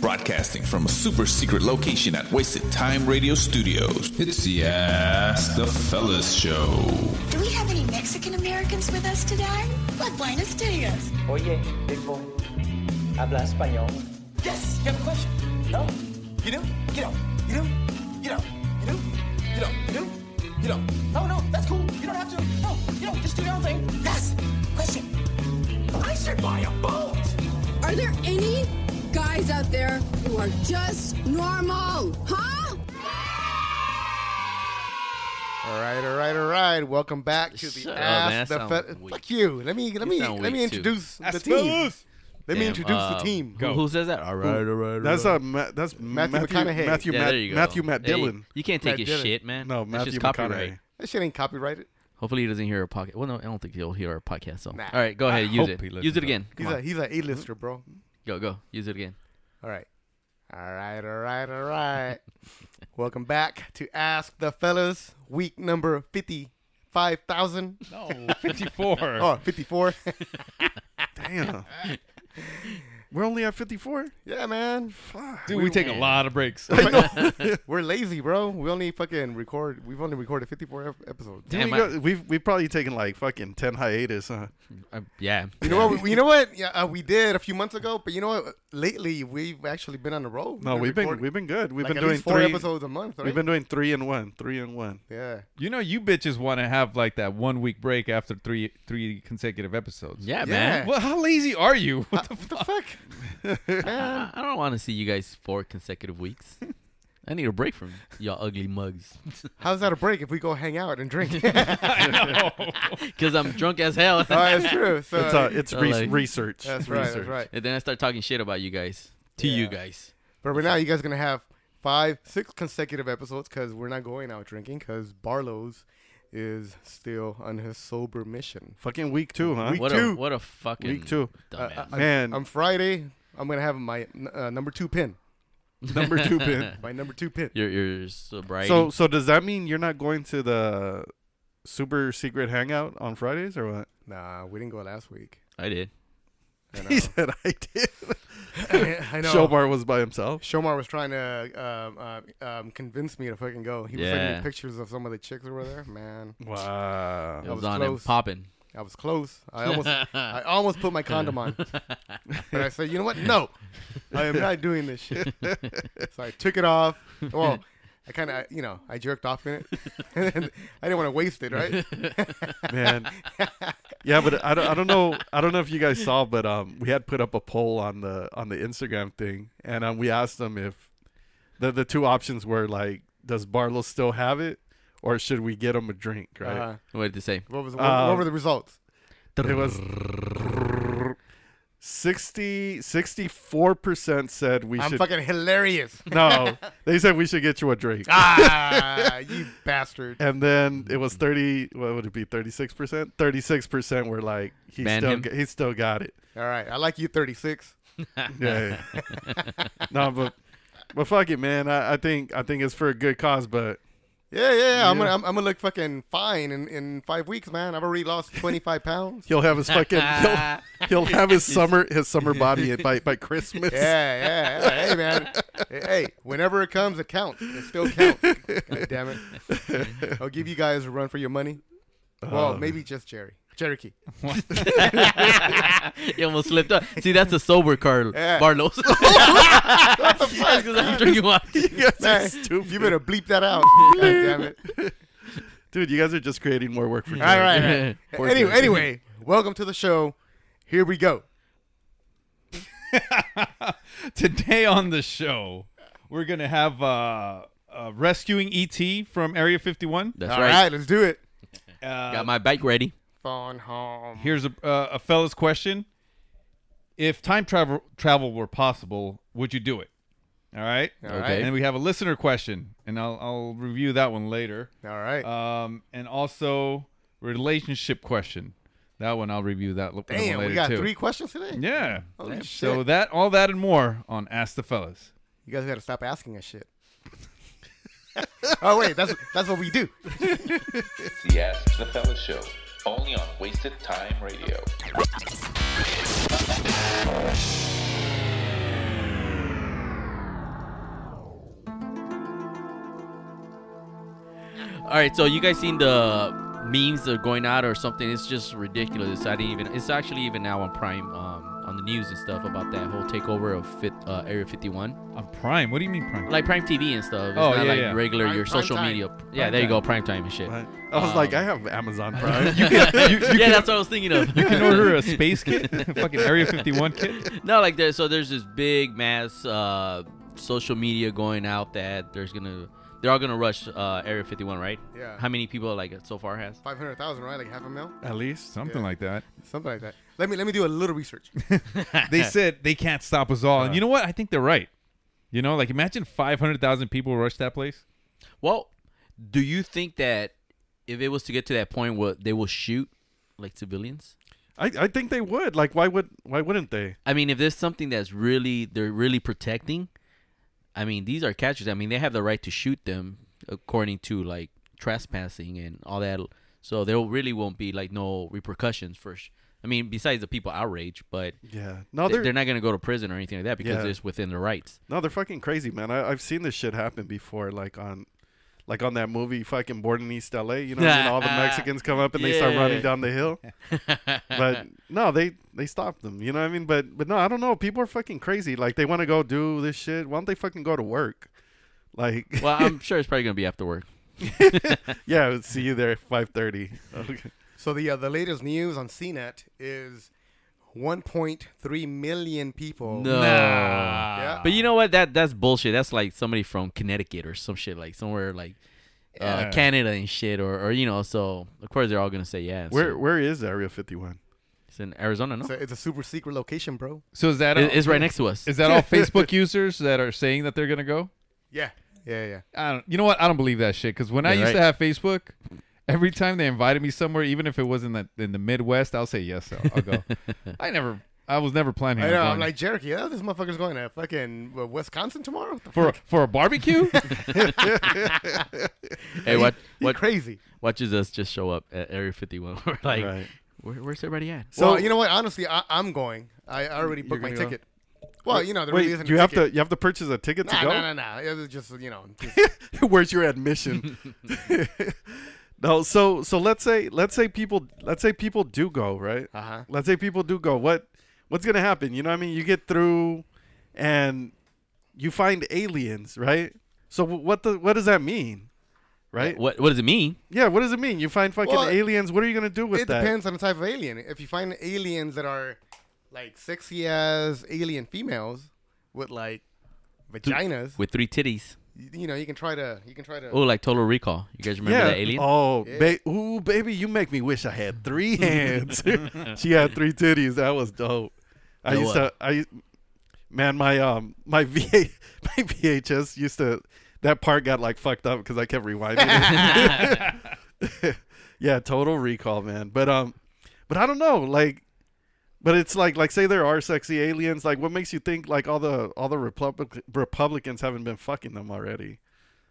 broadcasting from a super secret location at Wasted Time Radio Studios. It's the Ask the Fellas Show. Do we have any Mexican Americans with us today? Like Buenos Dias. Oye, big boy, habla español. Yes, you have a question. No? You do? You don't. You do? You don't. You do? You don't. You do? You don't. No, no, that's cool. You don't have to. No, you don't. Just do your own thing. Yes. Question. I should buy a boat. Are there any guys out there who are just normal? Huh? All right, all right, all right. Welcome back to the Shut up, Ask man. the That Fe- sound weak. Fuck you. Let me let me sound let me weak, too. introduce the Ask team. Fellas. Let me introduce the team. Go. um, Who, who says that? All right, all right. all That's right. uh, Ma- that's Matthew Matthew, McConaughey. Matthew, yeah, Matt, there you go. Matthew Matt Hey, Dillon. you can't take Matt his Dillon. shit, man. No, That's Matthew just copyright. McConaughey. That shit ain't copyrighted. Hopefully he doesn't hear our podcast. Well, no, I don't think he'll hear our podcast. So, Nah. all right, go ahead, use hope it. he listens Use it up. again. He's Come a on, he's a A-lister, bro. go, go, use it again. All right. All right, all right, all right. Welcome back to Ask the Fellas, week number 55,000 No, fifty-four. or 54. damn. We're only at fifty-four. yeah, man. Dude, we, take a Man. lot of breaks. Uh, We're lazy, bro. We only fucking record. We've only recorded 54 ep- episodes. Damn, we I- go, we've we've probably taken like fucking ten hiatus. Huh? Uh, yeah. You know what? You know what? Yeah, uh, we did a few months ago, but you know what? Lately, we've actually been on the road. No, we've been recording, we've been good. We've like, been at doing least four three episodes a month. Right? We've been doing three and one, three and one. yeah. you know, you bitches want to have like that one week break after three three consecutive episodes. yeah, man. Well, how lazy are you? What the fuck? I, I don't want to see you guys four consecutive weeks. I need a break from y'all ugly mugs. How's that a break if we go hang out and drink? Because I'm drunk as hell. Oh, that's true. So It's uh, it's So, re- like- research. that's right. That's Research. right. and then I start talking shit about you guys. To you guys. But right now, you guys are gonna have five, six consecutive episodes because we're not going out drinking because Barlow's is still on his sober mission. Uh, Fucking week two, huh? Week What two. a what a fucking Week two. dumbass. I- Man, On Friday, I'm gonna have my uh, number two pin. number two pin. My number two pin. your your sobriety. So so does that mean you're not going to the super secret hangout on Fridays or what? Nah, we didn't go last week. I did. He said I did. uh, I know. Showbar was by himself. Shomar was trying to um, uh, um, convince me to fucking go. He was sending me Yeah. pictures of some of the chicks over there. Man, Wow. It I was, was on and close. popping. I was close. I almost, I almost put my condom on, but I said, you know what? No, I am not doing this shit. so I took it off. Well, I kind of, you know, I jerked off in it. and I didn't want to waste it, right? Man. Yeah, but I don't, I don't know I don't know if you guys saw, but um we had put up a poll on the on the Instagram thing and um, we asked them if the the two options were like, does Barlow still have it? Or should we get him a drink, right? Uh, What did they say? what was? What, Um, what were the results? It was 60 64% said we I'm should fucking hilarious. No, they said we should get you a drink. ah, you bastard. And then it was 30 what would it be 36%? 36% were like he Ban still him. g- he still got it. All right, I like you, 36. Yeah. yeah. no, but but fuck it, man. I, I think I think it's for a good cause, but Yeah, yeah, yeah. I'm Yeah. gonna, I'm, I'm gonna look fucking fine in, in five weeks, man. I've already lost 25 pounds. he'll have his fucking he'll, he'll have his summer his summer body by by Christmas. Yeah, yeah, yeah. Hey, man. Hey, hey, whenever it comes, it counts. It still counts. God damn it. I'll give you guys a run for your money. Well, Oh. maybe just Jerry. Cherokee. You almost slipped up. See, that's a sober Carl Yeah. Barlos. That's 'cause I'm drinking water. You guys are Man, stupid. you better bleep that out. God damn it. Dude, you guys are just creating more work for All Jerry. right. All right. Anyway, anyway, welcome to the show. Here we go. Today on the show, we're gonna have uh, uh rescuing ET from Area 51. That's All right. right, let's do it. Got my bike ready. Phone home. Here's a uh, a fella's question: If time travel travel were possible, would you do it? All right. All Okay. right. And we have a listener question, and I'll I'll review that one later. All right. Um, and also relationship question. That one I'll review that l- one Damn, later we got too. three questions today. Yeah. Holy So shit. that all that and more on Ask the Fellas. You guys got to stop asking us shit. oh wait, that's that's what we do. It's the Ask the Fellas Show, only on Wasted Time Radio. All right, so you guys seen the memes that are going out or something? It's just ridiculous. I didn't even. It's actually even now on Prime, um, on the news and stuff about that whole takeover of fit, uh, Area 51, On Prime. What do you mean Prime? like Prime TV and stuff. It's Oh, yeah, not like yeah. regular Prime- your Prime social Time. media. yeah, there you go, Prime Time and shit. Right. I was like, Um, I have Amazon Prime. yeah, that's what I was thinking of. You can order a space kit, fucking Area 51 kit. no, like there. So there's this big mass uh, social media going out that there's gonna they're all gonna rush uh, Area 51, right? Yeah. How many people like so far has? Five hundred thousand, right? Like half a mil, At least something like that. something like that. Let me let me do a little research. They said they can't stop us all, and you know what? I think they're right. You know, like imagine 500,000 people rush that place. Well, do you think that if it was to get to that point where they will shoot like civilians? I, I think they would. Like, why would why wouldn't they? I mean, if there's something that's really they're really protecting, I mean, these are catchers. I mean, they have the right to shoot them according to like trespassing and all that. So there really won't be like no repercussions for. Sh- I mean, besides the people outrage, but Yeah. No, they- they're, they're, not going to go to prison or anything like that because Yeah. it's within their rights. no, they're fucking crazy, man. I, I've seen this shit happen before, like on like on that movie, fucking Born in East LA. You know, when all the Mexicans come up and they start Ah, Yeah. running down the hill. but no, they they stopped them. You know what I mean? But but no, I don't know. People are fucking crazy. Like they want to go do this shit. Why don't they fucking go to work? Like, Well, I'm sure it's probably going to be after work. yeah, we'll see you there at five thirty. Okay. So the uh, the latest news on CNET is 1.3 million people. No. Yeah. But you know what? That that's bullshit. That's like somebody from Connecticut or some shit, like somewhere like uh, Canada and shit, or, or you know. So of course they're all gonna say yeah. Where so where is Area Fifty One? it's in Arizona, no? It's a, it's a super secret location, bro. So is that It- it's right next to us. Is that all Facebook users that are saying that they're gonna go? Yeah. Yeah, yeah. I don't. You know what? I don't believe that shit. Because when I Yeah, used to right. have Facebook, every time they invited me somewhere, even if it wasn't that in the Midwest, I'll say yes. I'll, I'll go. Uh, I never. I was never planning. I on know. I'm going. like Jericho. Yeah, this motherfucker's going to fucking uh, Wisconsin tomorrow. What the for fuck? for a barbecue. hey, what You what crazy? watches us just show up at Area 51? We're like, Right. Where, where's everybody at? So well, you know what? Honestly, I, I'm going. I already booked my gonna go? ticket. Well, you know, there really Wait, isn't. you a have ticket. to you have to purchase a ticket to Nah, go. nah, nah, nah. It was just you know. just- Where's your admission? no, so so let's say let's say people let's say people do go right. Uh-huh. Let's say people do go. What what's gonna happen? You know what I mean? You get through, and you find aliens, right? So wh- what the what does that mean? Right? What what does it mean? Yeah. What does it mean? You find fucking Well, aliens. What are you gonna do with it that? depends on the type of alien. If you find aliens that are like sexy as alien females with like vaginas, With three titties. you, you know, you can try to you can try to. Oh, like Total Recall. You guys remember yeah. that alien? Oh, ba- ooh, baby, you make me wish I had three hands. she had three titties. That was dope. I Yo, used to. I man, my um, my VA, my VHS used to. That part got like fucked up because I kept rewinding. it. yeah, Total Recall, man. But um, but I don't know, like. But it's like, like, say there are sexy aliens. Like, what makes you think like all the all the Republic, Republicans haven't been fucking them already?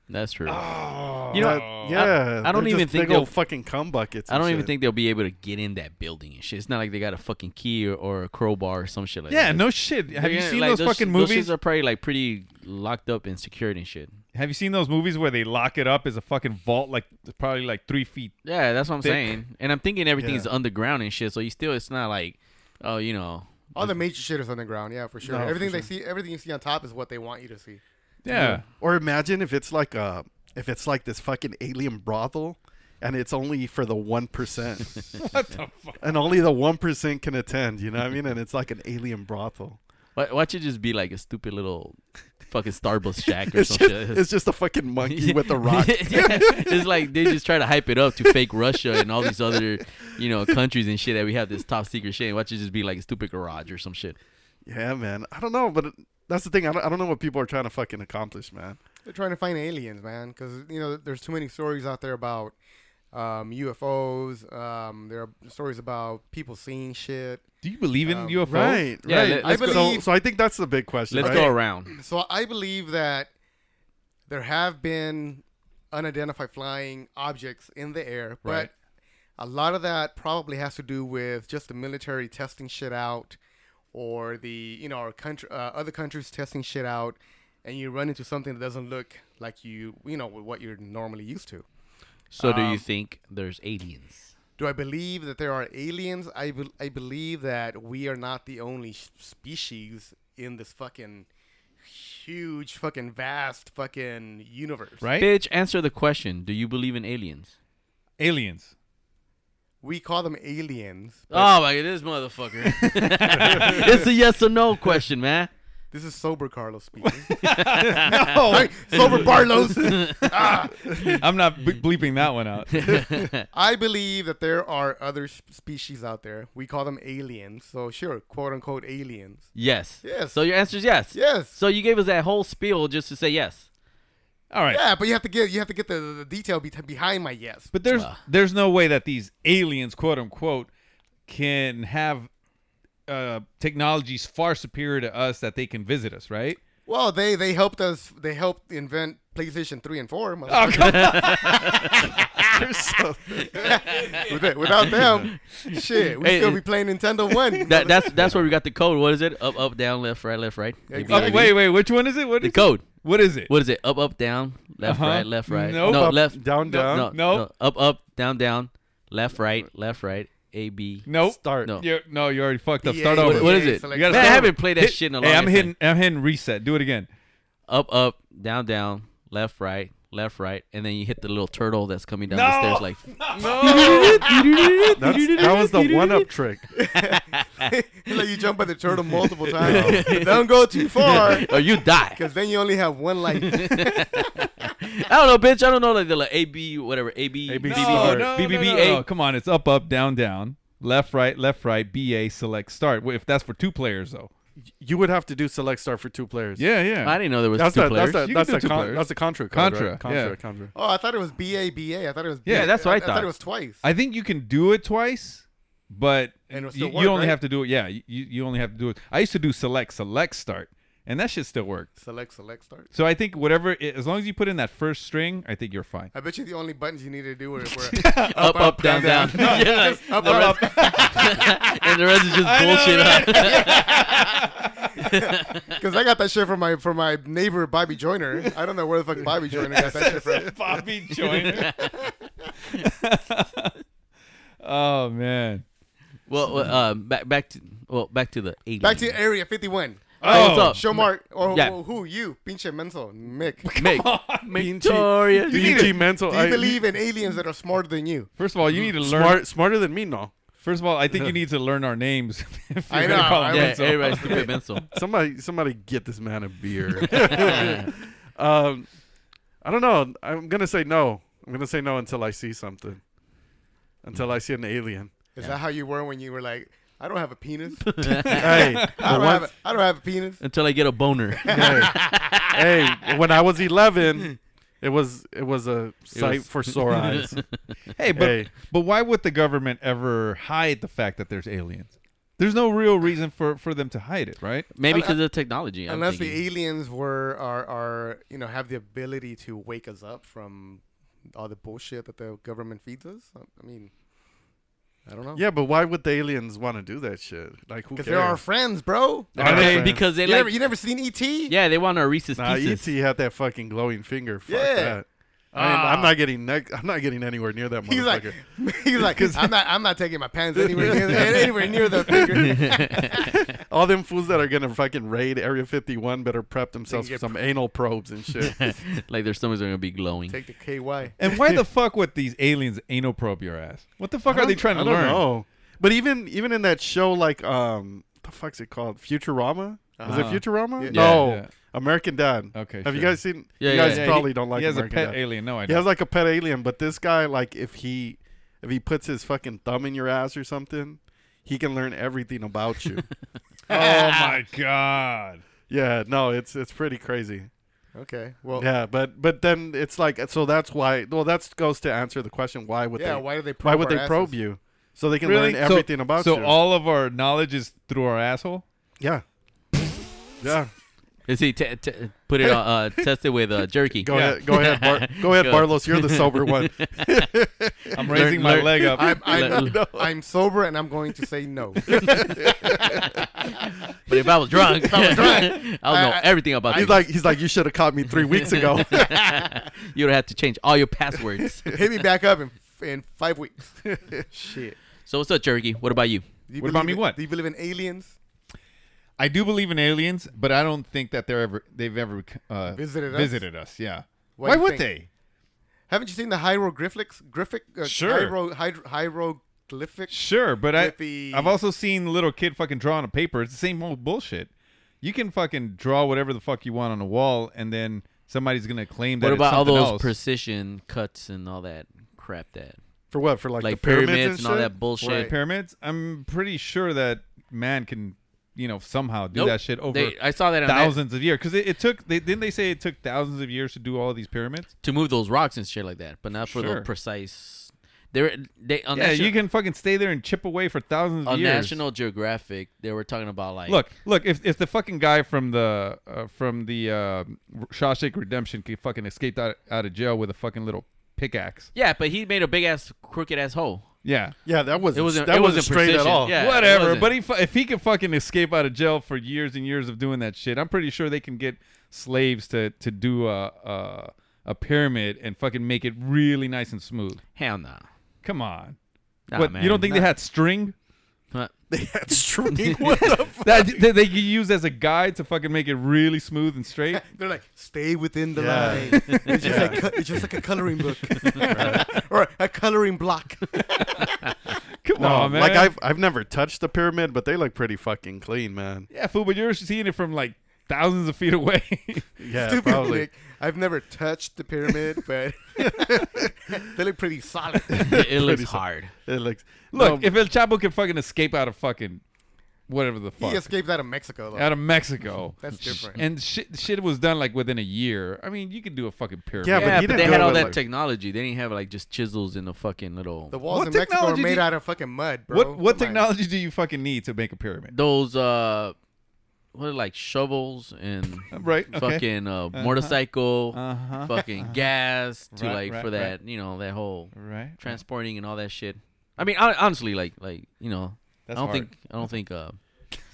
That's true. you know, That- yeah, I, I don't they're even just think big old they'll fucking cum buckets. I and don't even shit. think they'll be able to get in that building and shit. It's not like they got a fucking key or, or a crowbar or some shit like yeah, that. no shit. Have you Yeah, seen like, those, fucking sh- movies? Those shits are probably like pretty locked up and secured and shit. Have you seen those movies where they lock it up as a fucking vault, like probably like three feet? Yeah, that's what I'm Thick. saying. And I'm thinking everything's Yeah. underground and shit. So you still, it's not like, oh, you know, All the major shit is on the ground, yeah, for sure. No, for everything they sure. see, everything you see on top is what they want you to see. Yeah. Or imagine if it's like a if it's like this fucking alien brothel, and it's only for the one percent, What the fuck? and only the one percent can attend. You know what I mean? And it's like an alien brothel. why, why should it just be like a stupid little fucking Starbucks shack or It's some just, shit? it's just a fucking monkey with a rock. Yeah, it's like they just try to hype it up to fake Russia and all these other, you know, countries and shit that we have this top secret shit. And Why should it just be like a stupid garage or some shit? Yeah, man. I don't know, but that's the thing. I don't, I don't know what people are trying to fucking accomplish, man. They're trying to find aliens, man, because you know there's too many stories out there about um, UFOs. Um, there are stories about people seeing shit. Do you believe in UFOs? Right, Yeah, right. let- I let's go- so, believe so I think that's the big question. Let's right? go around. so. I believe that there have been unidentified flying objects in the air, but Right. a lot of that probably has to do with just the military testing shit out, or the you know our country, uh, other countries testing shit out, and you run into something that doesn't look like you you know what you're normally used to. So do you think there's aliens? Do I believe that there are aliens? I, bel I believe that we are not the only sh- species in this fucking huge, fucking vast, fucking universe. Right? Bitch, answer the question. Do you believe in aliens? Aliens. We call them aliens. Oh my god, this motherfucker. it's a yes or no question, man. This is sober Carlos speaking. no, sober Ah. Barlos. I'm not b- bleeping that one out. I believe that there are other s- species out there. We call them aliens. So sure, quote unquote aliens. Yes. Yes. So your answer is yes. Yes. So you gave us that whole spiel just to say yes. All right. yeah, but you have to get you have to get the, the detail be- behind my yes. But there's there's no way that these aliens, quote unquote, can have uh, technologies far superior to us that they can visit us, right? Well, they they helped us. They helped invent PlayStation three and four. Oh, come on. With- Without them, shit, we Hey, still it- be playing Nintendo one. That, that's that's where we got the code. What is it? Up, up, down, left, right, left, right. Exactly. Oh, wait, wait. Which one is it? What The is code. It? What is it? What is it? Up, up, down, left, Uh-huh. right, left, right. Nope. No, Up, left, down, no, down. no, Nope. no. Up, up, down, down, left, right, left, right. A B. Nope. Start. No. You're, no, you already fucked up. EA, Start over. What- what is it? select- You gotta Man, I start haven't over. played that Hit- shit in a Hey, long I'm time. hitting. I'm hitting reset. Do it again. Up, up, down, down, left, right, left, right, and then you hit the little turtle that's coming down No. the stairs. Like That's, that was the one up trick. They let you jump by the turtle multiple times. Don't go too far, or you die. because then you only have one life. I don't know, bitch. I don't know like the like A B whatever A B A, B, B, C. B, No, Start. no, B, no, B, B, no, A. no. Oh, Come on, it's up, up, down, down, left, right, left, right, B, A, select, start. Well, If that's for two players, though. You would have to do select start for two players. Yeah, yeah. I didn't know there was That's two a, players. that's a, You that's can a, do two con- players. that's a contra. code, Contra, right? Contra. yeah. Contra. Oh, I thought it was B A B A. I thought it was B- Yeah, that's what I I thought. thought it was twice. I think you can do it twice, but And it'll you, still you work, only right? have to do it. Yeah, you, you only have to do it. I used to do select, select, start, and that shit still worked. select, select, start. So I think whatever, i- as long as you put in that first string, I think you're fine. I bet you the only buttons you need to do were, were up, up, down, down. Yeah, like, up, the up, rest- and the rest is just bullshit. huh? Because I got that shit from my from my neighbor Bobby Joyner. I don't know where the fuck Bobby Joyner got that shit from. Bobby Joyner. oh man. Well, well, um, back back to well, back to the eighty. Back to Area 51. Hey, Oh, what's up? Show Mark or Yeah. who- who you? Pinche menso, Mick. Mick, Victoria. BG mental. Do you believe in aliens that are smarter than you? First of all, you need to learn. smart, smarter than me? No. First of all, I think you need to learn our names. if I you're gonna know, call I them Yeah, Enzo. everybody's stupid pencil. Somebody, somebody, get this man a beer. um, I don't know. I'm gonna say no. I'm gonna say no until I see something. Until I see an alien. Is that how you were when you were like, I don't have a penis. Hey, I for don't have a, once- I don't have a penis. Until I get a boner. hey, hey, when I was 11, it was it was a sight was- for sore eyes. Hey, but Hey. but why would the government ever hide the fact that there's aliens? There's no real reason for for them to hide it, right? Maybe because of technology. I'm Unless thinking. the aliens were are are you know have the ability to wake us up from all the bullshit that the government feeds us. I I mean, I don't know. yeah, but why would the aliens want to do that shit? Like, who cares? because they're our friends, bro. Are they- Right, because they You, like never, you never seen E ET? yeah they want our Reese's Nah, ET pieces. had that fucking glowing finger. Fuck Yeah. Ah. that. I ain't- I'm not getting neck. I'm not getting anywhere near that He's like, motherfucker. he's like, I'm not, I'm not taking my pants anywhere near, anywhere near the finger. All them fools that are gonna fucking raid Area 51 better prep themselves for get some anal probes and shit. like their stomachs are gonna be glowing. Take the KY. And why the fuck would these aliens anal probe your ass? What the fuck are they trying to I don't learn? know. But even even in that show, like um, the fuck's it called? Futurama? Is it Uh-huh. Futurama? Yeah. No, Yeah. American Dad. Okay, Have you sure. guys seen? Yeah, you yeah, guys yeah. probably don't like. He has American a pet Dad. alien. No, I He don't. has like a pet alien, but this guy, like, if he if he puts his fucking thumb in your ass or something, he can learn everything about you. oh my god. yeah, no, it's it's pretty crazy. Okay. Well, yeah. Yeah, but but then it's like so that's why. Well, that goes to answer the question: Why would they? why do they? why probe would our they probe asses? you? So they can learn So- everything about so you. all of our knowledge is through our asshole. yeah, yeah. Is he t- t- put it uh, tested with uh, jerky? Go ahead, go ahead, Bar- go ahead, Go. Barlos. You're the sober one. I'm raising my learn- leg up. I'm, I'm, Let- I'm sober and I'm going to say no. But if I was drunk, I was drunk, will know I- I- everything about He's you. like, he's like, you should have caught me three weeks ago. you would have to change all your passwords. Hit me back up in in five weeks. Shit. so what's up, Jerky? What about you? Do you What about believe me, in- what? Do you believe in aliens? I do believe in aliens, but I don't think that they're ever they've ever uh, Visited us? Visited us, yeah. What Why do you would think? they? Haven't you seen the hieroglyphics? Graphic? Uh, Sure. Hiero, hydro, hieroglyphic. Sure, but I With the- I've also seen little kid fucking draw on a paper. It's the same old bullshit. You can fucking draw whatever the fuck you want on a wall, and then somebody's gonna claim that. What it's about all something those else. precision cuts and all that crap that for what? For like, like, the pyramids, pyramids, and all shit? that bullshit? Right. pyramids? I'm pretty sure that man can, you know, somehow do Nope. that shit over They- I saw that on that- thousands of years because it, it took. They, didn't they say it took thousands of years to do all these pyramids? to move those rocks and shit like that, but not for Sure. the precise. They're they on Yeah, National, you can fucking stay there and chip away for thousands of on years. National Geographic. They were talking about like Look, look! If, if the fucking guy from the uh, from the uh, Shawshank Redemption could fucking escape out, out of jail with a fucking little pickaxe, yeah, but he made a big ass crooked ass hole. yeah, Yeah, that wasn't, It wasn't that it wasn't, wasn't straight precision. at all. Yeah, it whatever. wasn't. But he, fu- if he could fucking escape out of jail for years and years of doing that shit, I'm pretty sure they can get slaves to to do a a, a pyramid and fucking make it really nice and smooth. hell nah. Come on, Nah, what man. you don't think they had string Huh. That's true. What the fuck? that that they could use as a guide to fucking make it really smooth and straight? They're like, stay within the Yeah. line. It's just, like, co- it's just like a coloring book or a coloring block. Come No, on, man. like I've I've never touched the pyramid, but they look pretty fucking clean, man. yeah, fool, but you're seeing it from like thousands of feet away. Yeah, Stupid probably. Nick. I've never touched the pyramid, but they look pretty solid. It, it looks Pretty so- hard. It looks. Look, no, if El Chapo can fucking escape out of fucking whatever the fuck. he escaped out of Mexico, though. out of Mexico. That's different. And shit, shit was done like within a year. I mean, you could do a fucking pyramid. Yeah, Yeah, but but, he didn't they do had it all with, that like- technology. They didn't have like just chisels and a fucking little the walls What in Mexico are technology made do- out of fucking mud, bro. what what Come on. technology do you fucking need to make a pyramid? those uh what are like shovels and Right, okay. fucking uh, motorcycle Uh-huh. fucking gas to Right, like right, for right. that you know that whole Right. transporting and all that shit i mean hon- honestly like like you know That's i don't hard. think i don't think uh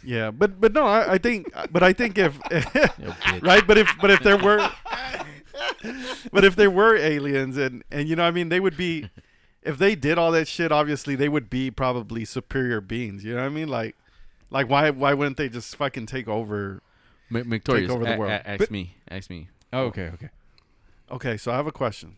yeah, but but no, I, I think, uh, but I think if you know, bitch. right, but if but if there were, but if there were aliens, and and you know, I mean, they would be, if they did all that shit, obviously they would be probably superior beings. You know what I mean? Like, like why why wouldn't they just fucking take over? M- victorious over the a- world. a- ask But- me ask me Oh, okay, okay. Okay, so I have a question.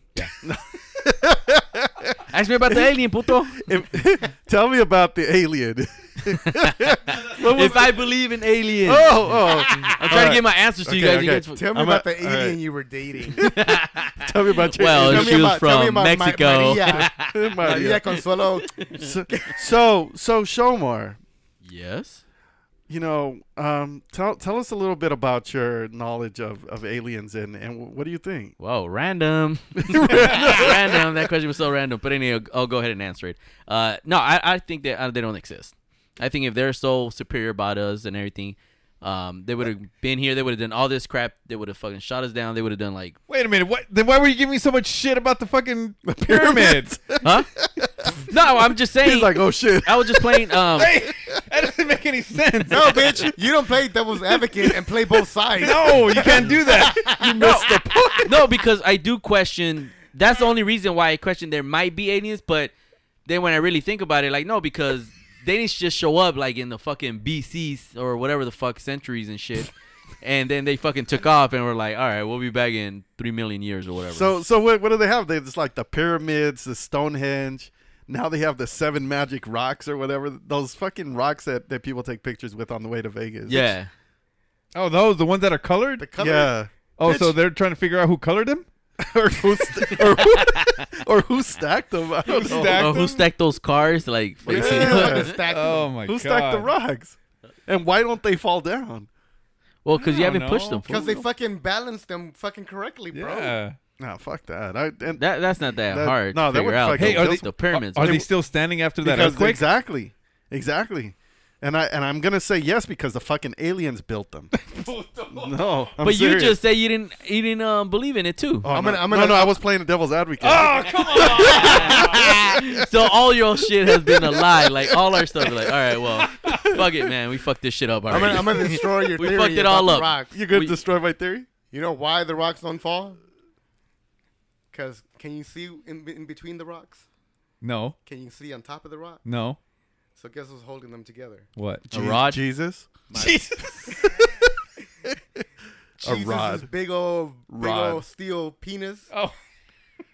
ask me about the alien puto If, tell me about the alien. if i believe in aliens oh, oh. i'm trying to get my answers to you guys, Okay, you okay. guys f- Tell me I'm about a- the all right. Oh, alien you were dating. Tell me about your Tell well alien. me she was about- tell me from about Ma- mexico Maria. Maria. Maria Consuelo. so, so so Shomar, yes you know, um, tell tell us a little bit about your knowledge of, of aliens and and what do you think? Whoa, random. random. That question was so random. But anyway, I'll, I'll go ahead and answer it. Uh, no, I, I think that uh, they don't exist. I think if they're so superior about us and everything, um, they would have been here. They would have done all this crap. They would have fucking shot us down. They would have done like, Wait a minute. What? Then why were you giving me so much shit about the fucking pyramids? huh? no, I'm just saying. He's like, oh shit. I was just playing. Um, hey, that doesn't make any sense. No, bitch, you don't play devil's advocate and play both sides. No, you can't do that. You missed the point. no, because I do question. That's the only reason why I question there might be aliens. But then when I really think about it, like no, because they didn't just show up like in the fucking BCs or whatever the fuck centuries and shit, and then they fucking took off and were like, all right, we'll be back in three million years or whatever. So so what what do they have? They just like the pyramids, the Stonehenge. Now they have the seven magic rocks or whatever. Those fucking rocks that, that people take pictures with on the way to Vegas. yeah, Oh, those the ones that are colored. The color, Yeah. oh, so they're trying to figure out who colored them. or who st- or who or who stacked them? I don't know. stacked oh, who them? stacked those cars? Like, fucking- fucking stacked. Oh my god. Who stacked the rocks? And why don't they fall down? well, because you I don't haven't pushed know. them. Because Because they fucking balanced them fucking correctly, Uh, bro. Yeah. Nah, fuck that. I and that, that's not that, That- hard. no, No, that to figure would out. fucking Hey, kill are they, some- the pyramids? Are they still standing after that because earthquake? exactly, exactly. And I and I'm gonna say yes because the fucking aliens built them. no, I'm but serious. you just say you didn't you didn't um, believe in it too. Oh, I'm no, gonna- I'm no, gonna- no, I was playing the devil's advocate. so all your shit has been a lie. Like all our stuff. Like all right, well, fuck it, man. We fucked this shit up I'm already. gonna, I'm gonna destroy your We theory fucked it about all the up. rocks. you gonna we- destroy my theory? You know why the rocks don't fall? Because can you see in, in between the rocks? No, Can you see on top of the rock? no. So guess who's holding them together? What? a rod. Jesus. A Jesus' rod. big old, big Rod. old steel penis. Oh,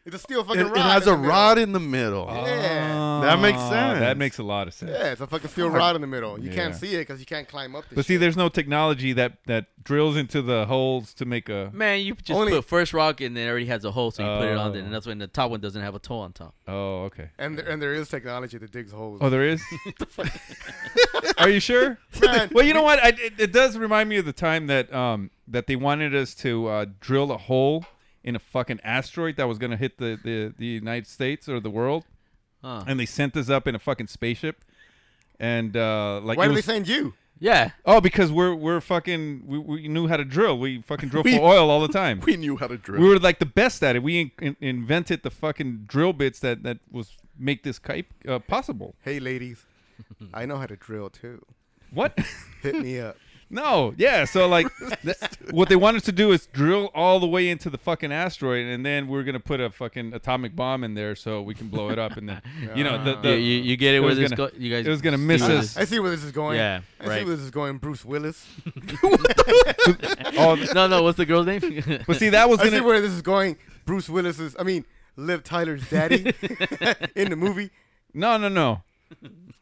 It's a steel It, fucking it rod. has in a the middle. rod in the middle. Yeah. That makes Oh, sense. That makes a lot of sense. yeah, it's a fucking steel rod in the middle. You can't Yeah. see it because you can't climb up. This But see, shit. there's no technology that that drills into the holes to make a. Man, you just Only- put first rock and then it already has a hole, so you put it on there, Oh. and that's when the top one doesn't have a toe on top. Oh, okay. and there, and there is technology that digs holes. Oh, there is. Are you sure? Man, Well, you know what? I, it, it does remind me of the time that um that they wanted us to uh, drill a hole in a fucking asteroid that was going to hit the, the the United States or the world, Huh. and they sent us up in a fucking spaceship, and uh, like why it do they was- send you? Yeah, Oh, because we're we're fucking we, we knew how to drill. We fucking drill We- for oil all the time. we knew how to drill. We were like the best at it. We in, in- invented the fucking drill bits that that was make this kite uh, possible. Hey, ladies, I know how to drill too. What? Hit me up. no, yeah. So like, th- what they want us to do is drill all the way into the fucking asteroid, and then we're gonna put a fucking atomic bomb in there so we can blow it up, and then you know the, the you, you, you get it, where Uh, was this gonna- go- you guys. it was gonna miss see where us. I see where this is going. Yeah, I see right. where this is going. Bruce Willis. oh, this- No, no. What's the girl's name? but see that was I gonna see where this is going. Bruce Willis is. I mean, Liv Tyler's daddy in the movie no no no.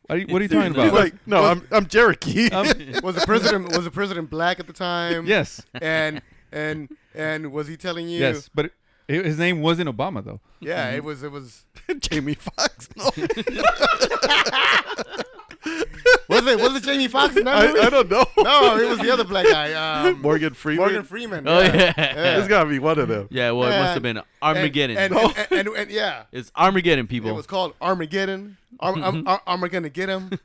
What are you, what are you talking about? He's like, no, I'm I'm Cherokee. was the president was the president black at the time. yes, And and and was he telling you? yes, but it, his name wasn't Obama though. Yeah. It was. It was. Jamie Foxx. No, Was it? Was it Jamie Foxx in that I, movie? I don't know. No, it was the other black guy. Um, Morgan Freeman. Morgan Freeman. oh "Eh, yeah. There's gotta be one of them. Yeah, well, it must And- have been And- Armageddon. And, and, and, and, and- yeah, it's Armageddon, people. eh, it was called Armageddon. Arm, I'm, I'm gonna get him. What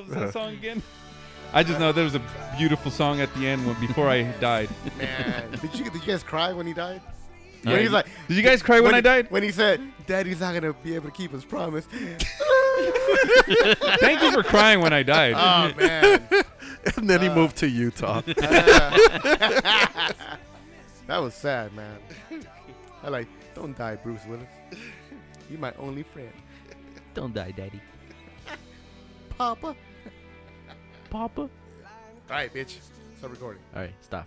was that song again? I just know there was a beautiful song at the end when before I died. Man, did you did you guys cry when he died? Yeah. When he's like, Uh, Did you guys cry when, I he- died? When he said, "Daddy's not gonna be able to keep his promise." Thank you for crying when I died. oh man, And then he moved to Utah. that was sad, man. I like, don't die, Bruce Willis. You're my only friend, Don't die, daddy. Papa. All Papa. All right, bitch, stop recording. right, stop.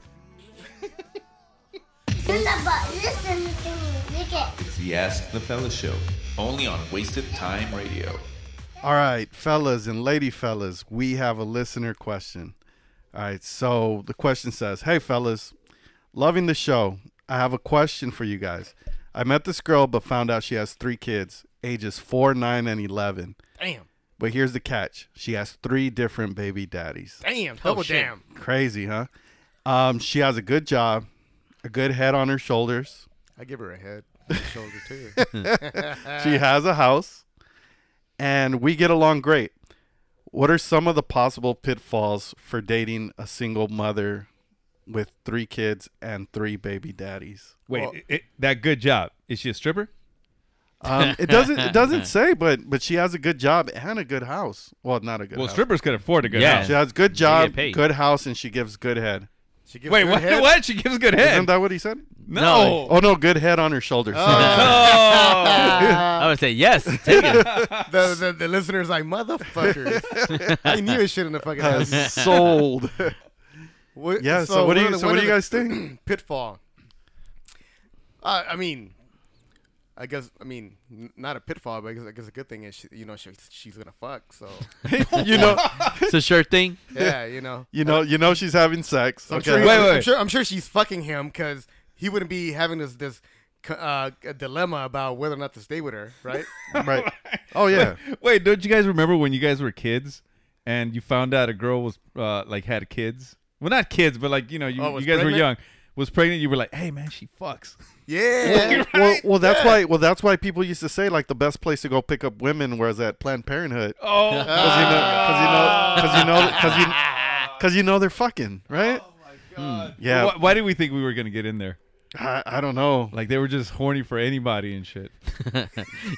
Listen to music. It's the Ask the Fella Show, only on Wasted Time Radio. All right, fellas and lady fellas, we have a listener question. All right, so the question says, "Hey fellas, loving the show. I have a question for you guys. I met this girl but found out she has 3 kids, ages 4, 9, and 11. Damn, But here's the catch. She has 3 different baby daddies. Oh, damn, double shit. damn. Crazy, huh? Um, she has a good job, a good head on her shoulders. I give her a head, shoulder too. Uh, She has a house, and we get along great. What are some of the possible pitfalls for dating a single mother with three kids and three baby daddies? Wait, it, it- that good job. Is she a stripper? Um, it doesn't it doesn't say, but but she has a good job and a good house. Well, not a good. Well, house. strippers could afford a good Yeah. house. She has good job, paid. good house, and she gives good head. She gives Wait, her what? head. What? She gives good Isn't head. that what he said? no. Oh no, good head on her shoulders. Uh, I would say yes. Take it. The, the, the listeners like motherfuckers. I knew it shouldn't have fucking happened. Sold. What- yeah. So, what do are you the- so what are do you the- guys think? pitfall. Uh, I mean, I guess I mean n- not a pitfall, but I guess, I guess a good thing is she, you know she, she's gonna fuck. So you know, It's a sure thing. yeah, you know. you know, you know, she's having sex. I'm Okay. sure, Wait, wait, I'm wait. sure I'm sure she's fucking him because he wouldn't be having this this c- uh, a dilemma about whether or not to stay with her, right? right. Oh yeah. Wait, don't you guys remember when you guys were kids and you found out a girl was uh, like had kids? Well, not kids, but like you know, you, Oh, was you guys were young. pregnant? was pregnant, you were like, "Hey, man, she fucks." Yeah. Well, well, that's why. Well, that's why people used to say like the best place to go pick up women was at Planned Parenthood. Oh, Because you know, because you know, because you know, because you, know they're fucking right. Yeah, hmm. Why, why did we think we were gonna get in there? I, I don't know. Like they were just horny for anybody and shit.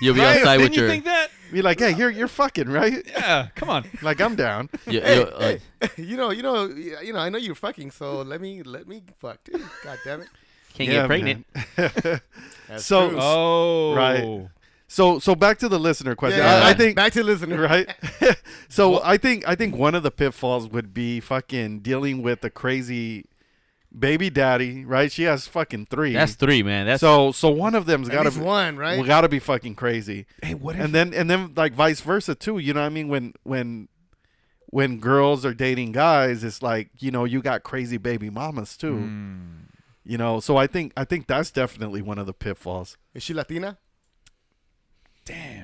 You'll be outside Didn't with you your. think that? Be like, hey, you're you're fucking right. Yeah, come on. Like I'm down. you- Hey, you'll, uh, hey, you know, you know, you know. I know you're fucking, so let me let me fuck too. God damn it. Can't Yeah, get pregnant. man. That's so, true. Oh, Right. so, so back to the listener question. Yeah, I, I think back to listener. right? so I think I think one of the pitfalls would be fucking dealing with a crazy baby daddy, right? She has fucking three. That's three, man. That's so so one of them's got to least one, right? We got to be fucking crazy. Hey, what if? And then and then like vice versa too, you know what I mean? When when when girls are dating guys, it's like, you know, you got crazy baby mamas too. Hmm. You know, so I think I think that's definitely one of the pitfalls. Is she Latina?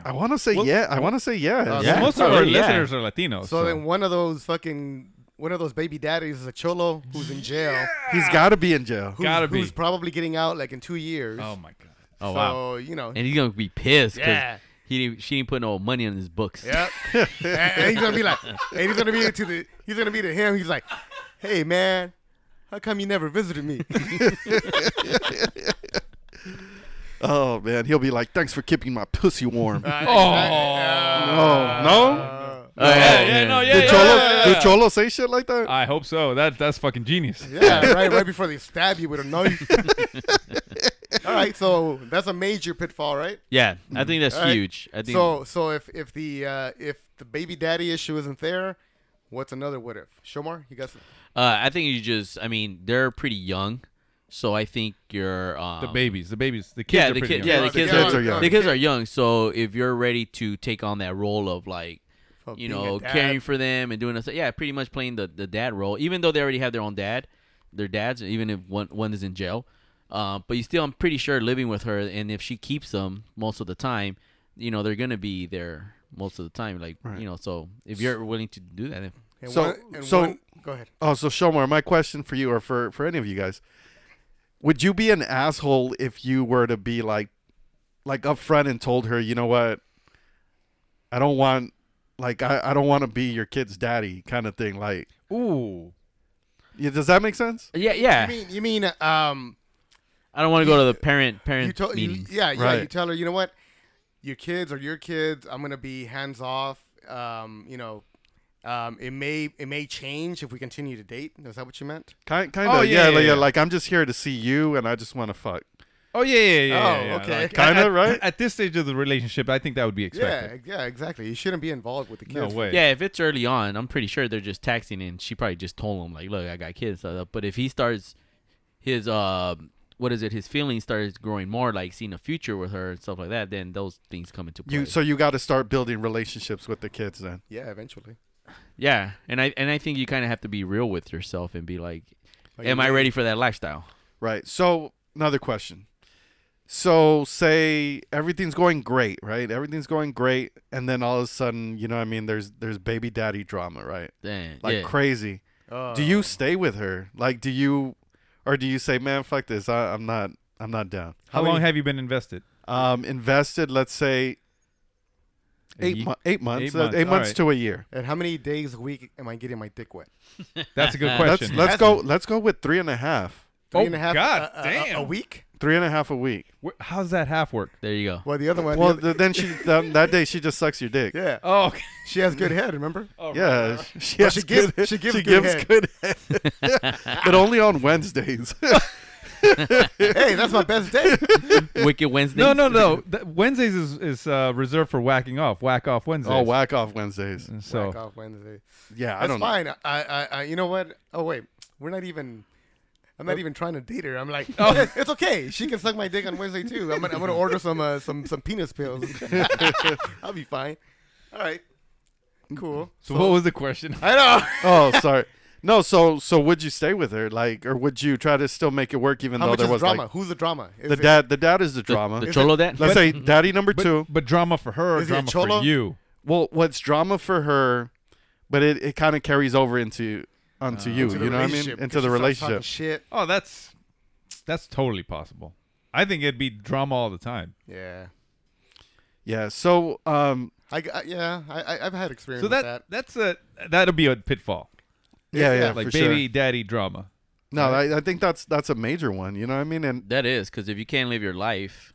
I want to say yeah. I want to say Uh, yeah. Well, Yeah. most of our Yeah. listeners are Latinos. Uh, So, then one of those fucking one of those baby daddies is a cholo who's in jail. He's got to be in jail. Who's, Gotta be. who's probably getting out like in two years. oh my god. oh so, wow. you know. And he's gonna be pissed because Yeah. he didn't, she didn't put no money on his books. Yep. and, and he's gonna be like, and he's gonna be to the, he's gonna be to him. He's like, hey man, how come you never visited me? Oh man, he'll be like, "Thanks for keeping my pussy warm." Oh. oh no, Oh, Yeah, yeah, no, yeah, do yeah, Cholo, yeah, do yeah. Cholo say shit like that? I hope so. That that's fucking genius. yeah, right. Right before they stab you with a knife. All right, so that's a major pitfall, right? Yeah, I think that's All right. huge. I think So, so if if the uh, if the baby daddy issue isn't there, what's another what if? Shomar, you got some? uh, I think you just. I mean, they're pretty young, so I think you're um, The babies, the babies, the kids Yeah, are the pretty kid, young. yeah, the kids, kids are, are young. The kids are young, so if you're ready to take on that role of like, Of you being a know, dad. caring for them and doing a yeah, pretty much playing the, the dad role, even though they already have their own dad, their dads, even if one one is in jail, uh, but you still, I'm pretty sure living with her, and if she keeps them most of the time, you know, they're gonna be there most of the time, like you know, so if you're willing to do that, if, And So- one, and so- one, go ahead. Oh, so Shomar, my question for you, or for for any of you guys, would you be an asshole if you were to be like, like upfront and told her, you know what, I don't want, like, I, I don't want to be your kid's daddy, kind of thing. Like, Ooh. yeah, does that make sense? yeah, You yeah, mean you mean um I don't want to go to the parent you parent told you, meetings. yeah yeah you Right. tell her you know what your kids are your kids I'm gonna be hands off um you know um it may it may change if we continue to date is that what you meant Kind, kind of, Oh, yeah, yeah, yeah, like, yeah. like I'm just here to see you, and I just want to fuck. Oh yeah, yeah, yeah. Oh, yeah, yeah. okay. Like, Kinda, at- at- right? At this stage of the relationship, I think that would be yeah expected. yeah exactly you shouldn't be involved with the no kids way. Yeah, if it's early on, I'm pretty sure they're just texting, and she probably just told him like, "Look, I got kids." uh, But if he starts his uh, what is it? His feelings starts growing more, like seeing a future with her and stuff like that. Then those things come into play. You, so you got to start building relationships with the kids then. yeah eventually yeah, and I and I think you kind of have to be real with yourself and be like, you "Am I ready for that lifestyle?" Right. So another question. So say everything's going great, right? Everything's going great, and then all of a sudden, you know, what I mean, there's there's baby daddy drama, right? Then Like yeah. crazy. Do you stay with her? Like, do you, or do you say, man, fuck this, I, I'm not, I'm not down. How long have you been invested? Um, invested, let's say A eight, ye- mu- eight months, eight uh, months, eight all months right. to a year. and how many days a week am I getting my dick wet That's a good Let's question. let's go, let's go with three and a half, Three Oh, and a half uh, God a, a- damn. a, a week three and a half a week. Wh- How's that half work? there you go. well the other one Well, the other- th- then she that, that day she just sucks your dick. yeah Oh, okay. she has good head remember Oh. Oh, Yeah, she, Well, has she gives- good, she gives she good gives head. good head. but only on Wednesdays. hey that's my best day Wicked Wednesday. no, no, no. Th- Wednesdays is, is uh, reserved for whacking off. Whack off Wednesdays. oh, whack off Wednesdays. So Whack off Wednesday. Yeah, I That's don't fine. I, I, I, you know what? Oh wait, we're not even. I'm Oh. not even trying to date her. I'm like, "Eh, it's okay. She can suck my dick on Wednesday too. I'm gonna, I'm gonna order some, uh, some, some penis pills. I'll be fine. All right, cool. So what was the question? I know. know. Oh, sorry. No, so so would you stay with her, like, or would you try to still make it work, even How though much there is was drama? like Who's the drama? Is the it- dad? The dad is the drama. the cholo dad. Let's say daddy number But, two. but drama for her, or Is it drama cholo? for you. Well, what's drama for her, but it, it kind of carries over into onto you. into the You know what I mean? relationship, Uh, Into 'cause she the starts talking relationship. Shit. Oh, that's That's totally possible. I think it'd be drama all the time. Yeah. Yeah. So, um, I, g- I- yeah, I, I- I've had experience So with that, that. that's a that'll be a pitfall. yeah, yeah, like for baby sure. daddy drama. No, I, I think that's that's a major one. You know what I mean? And That is because if you can't live your life,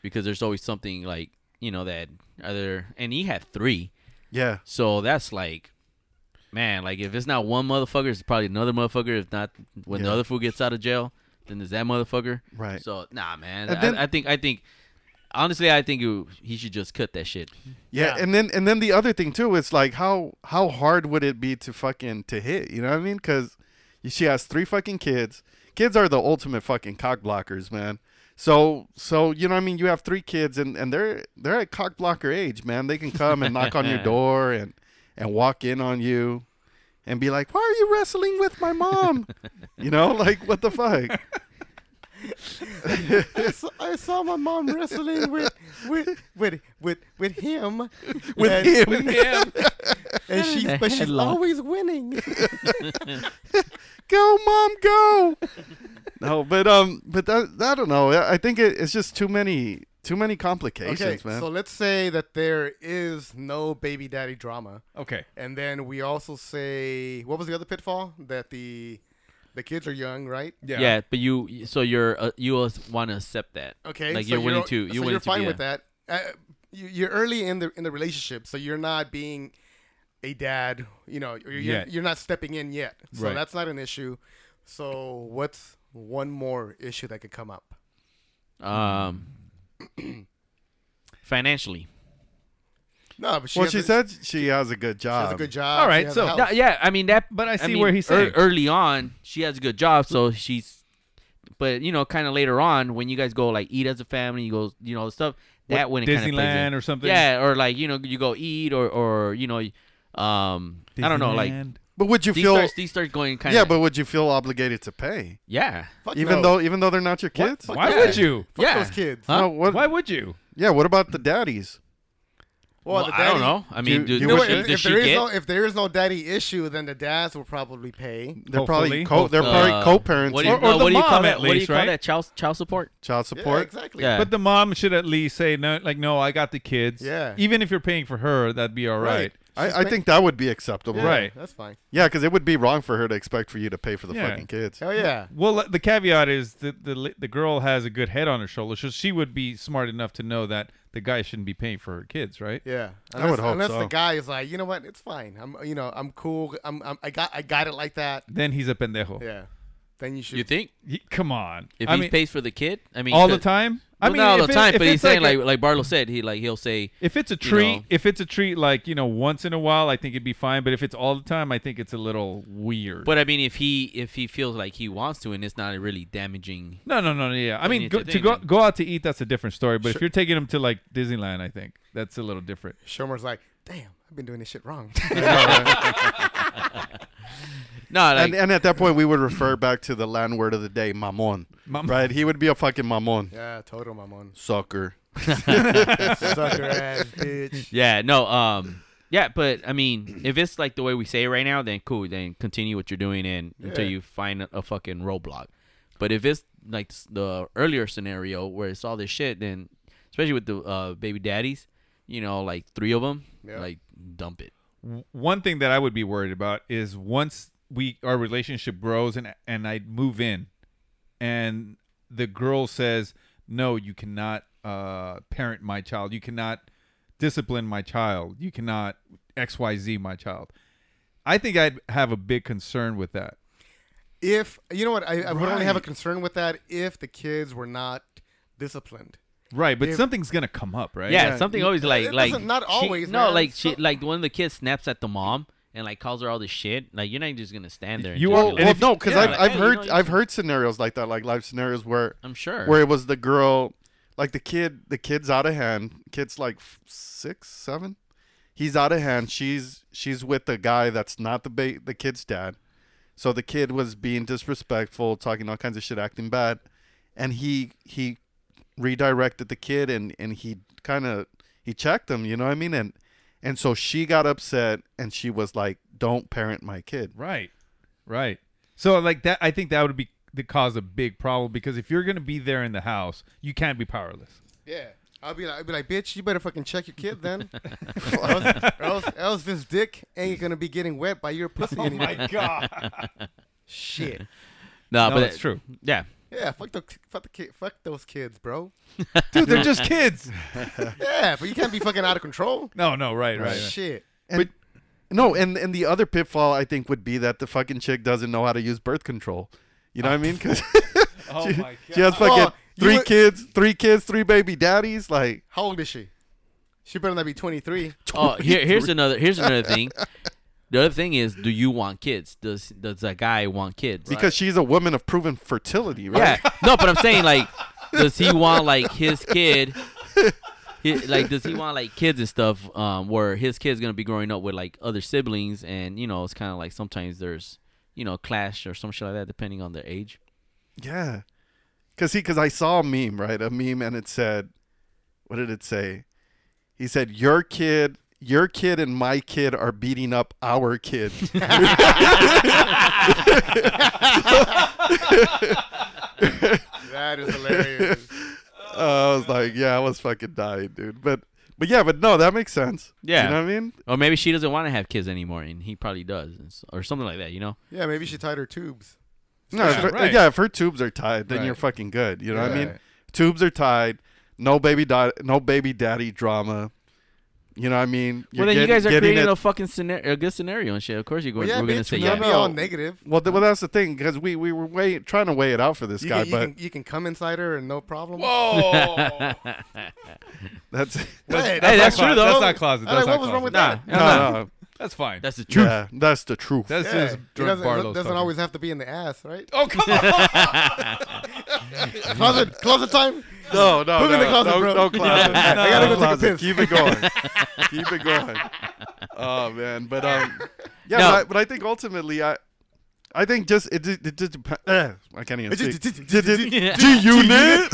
because there's always something like you know that other, and he had three, yeah, so that's like, man, like if it's not one motherfucker, it's probably another motherfucker. If not, when the Yeah. other fool gets out of jail, then there's that motherfucker. Right. So nah, man. And I, then- I think I think honestly, I think you, he should just cut that shit. yeah, and then and then the other thing too is like how how hard would it be to fucking to hit? You know what I mean? Because she has three fucking kids. Kids are the ultimate fucking cock blockers, man. So so you know what I mean? You have three kids and and they're they're at cock blocker age, man. They can come and knock on your door and and walk in on you and be like, "Why are you wrestling with my mom?" you know, like what the fuck? I, saw, I saw my mom wrestling with with with with, with him. With and, him. and she's but she's Headlock. always winning. go mom go no but um but that, i don't know i I think it, it's just too many too many complications okay, man so let's say that there is no baby daddy drama, Okay. and then we also say what was the other pitfall that the the kids are young, right? Yeah. but you so you're uh, you want to accept that. Okay, Like so you're willing to. so You're willing you're to fine be with a- that. Uh, you, you're early in the in the relationship, so you're not being a dad. You know, you're, you're, Yet. you're not stepping in yet, so Right. that's not an issue. So what's one more issue that could come up? Um. financially. No, but she well has she a, said um, she has a good she job has a good job. all she right, has a so- house. Yeah, yeah, I mean that. But I see mean, where he's ear- saying. early on she has a good job, so she's. But you know, kind of later on when you guys go like eat as a family, you go, you know, stuff that when it kinda plays in. Disneyland or something? Yeah, or like you know, you go eat or or you know, um, I don't know, like Disneyland. but would you these feel starts these starts going kind of yeah but would you feel obligated to pay yeah Fuck even no. though even though they're not your kids Why yeah. would you? fuck yeah. those kids. Huh? No, what- Why would you? yeah what about the daddies Well, the I daddy- don't know. I mean, do, you You know does what, she- if, does if she there is get? no if there is no daddy issue, then the dads will probably pay. they're Hopefully. probably co- they're probably Uh, co-parents What do you, Or- or no, the what do you call mom that? at what do you least, call right? that? Child child support. child Yeah, support exactly. Yeah, But the mom should at least say no, like no, I got the kids. Yeah. Even if you're paying for her, that'd be all right. I, I think that would be acceptable Yeah, Right. That's fine. yeah because it would be wrong for her to expect for you to pay for the Yeah. fucking kids Hell yeah. Well, the caveat is that the li- the girl has a good head on her shoulder, so she would be smart enough to know that the guy shouldn't be paying for her kids, right? Yeah, I unless, would hope unless so. the guy is like, you know what, it's fine. I'm, you know, I'm cool. I'm, I'm I got, I got it like that. Then he's a pendejo. Yeah. Then you should. you think He- come on. if I he mean, pays for the kid? I mean, all the could- time. I Well, mean, not all if the it- time, if but he's it's saying like like a- like, Barlow said, he like he'll say If it's a you treat, know. if it's a treat like you know once in a while, I think it'd be fine. But if it's all the time, I think it's a little weird. But I mean, if he if he feels like he wants to, and it's not really damaging. no, no, no, yeah. I Then mean, it's go, a to thing, go then. go out to eat, that's a different story. But if you're taking him to like Disneyland, I think that's a little different. Shomer's like, damn, I've been doing this shit wrong. No, like and, and at that point, we would refer back to the Latin word of the day, mamon. Mam- Right? He would be a fucking mamon. yeah, total mamon, Sucker. sucker ass bitch. yeah, no, um, yeah, but I mean, if it's like the way we say it right now, then cool, then continue what you're doing and until Yeah. you find a, a fucking roadblock. But if it's like s- the earlier scenario where it's all this shit, then especially with the uh, baby daddies, you know, like three of them, Yeah. like dump it. W- One thing that I would be worried about is once we our relationship grows and and I move in, and the girl says, "No, you cannot uh, parent my child. You cannot discipline my child. You cannot X Y Z my child." I think I'd have a big concern with that. If you know what, I, I would only have a Right. concern with that if the kids were not disciplined. Right, but If- something's gonna come up, right? Yeah, something always like it like doesn't- not she- always, no, man. like So- she like one of the kids snaps at the mom and like calls her all this shit. Like you're not just gonna stand there. And You just be are- like- and well, if- no, because yeah, I've, like, I've hey, you heard know, you- I've heard scenarios like that, like life scenarios where I'm sure. where it was the girl, like the kid, the kid's out of hand. Kid's like f- six, seven. He's out of hand. She's she's with the guy that's not the ba- the kid's dad. So the kid was being disrespectful, talking all kinds of shit, acting bad, and he he redirected the kid and and he kind of he checked him. You know what I mean? And and so she got upset and she was like, "Don't parent my kid." Right. Right. So like that I think that would be that cause a big problem because if you're gonna be there in the house, you can't be powerless. Yeah. I'll be like, I'll be like, bitch, you better fucking check your kid then. or, else, or else, else this dick ain't gonna be getting wet by your pussy anymore. God, Shit. No, No, but that's it- true. Yeah, Yeah, fuck those, fuck the kid, fuck those kids, bro. dude, they're just kids. Yeah, but you can't be fucking out of control. No, no, right, right. right. Shit. And, no, and and the other pitfall I think would be that the fucking chick doesn't know how to use birth control. You know what I mean? Because Oh she, my she has fucking Well, you three would- kids, three kids, three baby daddies. Like, How old is she? She better not be 23. Oh, here, here's another here's another thing. The other thing is, do you want kids? Does does that guy want kids? because she's a woman of proven fertility, right? yeah, no, but I'm saying like, does he want like his kid? hi- like, does he want like kids and stuff? Um, where his kid's gonna be growing up with like other siblings, and you know, it's kind of like sometimes there's you know clash or some shit like that, depending on their age. Yeah. Cause he, cause I saw a meme, right? A meme, and it said, "What did it say?" He said, "Your kid, your kid, and my kid are beating up our kid." That is hilarious. I was like, "Yeah, I was fucking dying, dude." But, but yeah, but no, that makes sense. Yeah. you know what I mean? Or maybe she doesn't want to have kids anymore, and he probably does, and s- or something like that. You know? yeah, maybe she tied her tubes. No, Yeah, if her, right. yeah, if her tubes are tied, then Right. you're fucking good. You know what I mean? Right. Tubes are tied. No baby, di- no baby daddy drama. You know what I mean? Well, You're then you get- guys are getting creating it- a fucking scenario, a good scenario and shit. Of course, you're going. Well, yeah, we're gonna bitch, say we yeah. can't be all negative. Well, th- well, that's the thing because we, we were wait, trying to weigh it out for this You, guy, can, you, but can, you can come inside her and no problem. Oh, that's Hey, Hey, that's not clo- true, though. That's not closet. I'm That's like, what not was wrong with closet. that? Nah, no, no, no. no, That's fine. that's the truth. yeah, that's the truth. That's Yeah. just It Dirk doesn't, Barlow's doesn't talking. always have to be in the ass, right? Oh come on! Closet, closet time. no, no, Poop in no, the closet, no, bro. no closet. I no gotta go take a closet. piss. Keep it going. Keep it going. Oh man, but um, yeah, No. but, I, but I think ultimately, I, I think just it, it, it just depends. I can't even It speak. just- it just- G unit.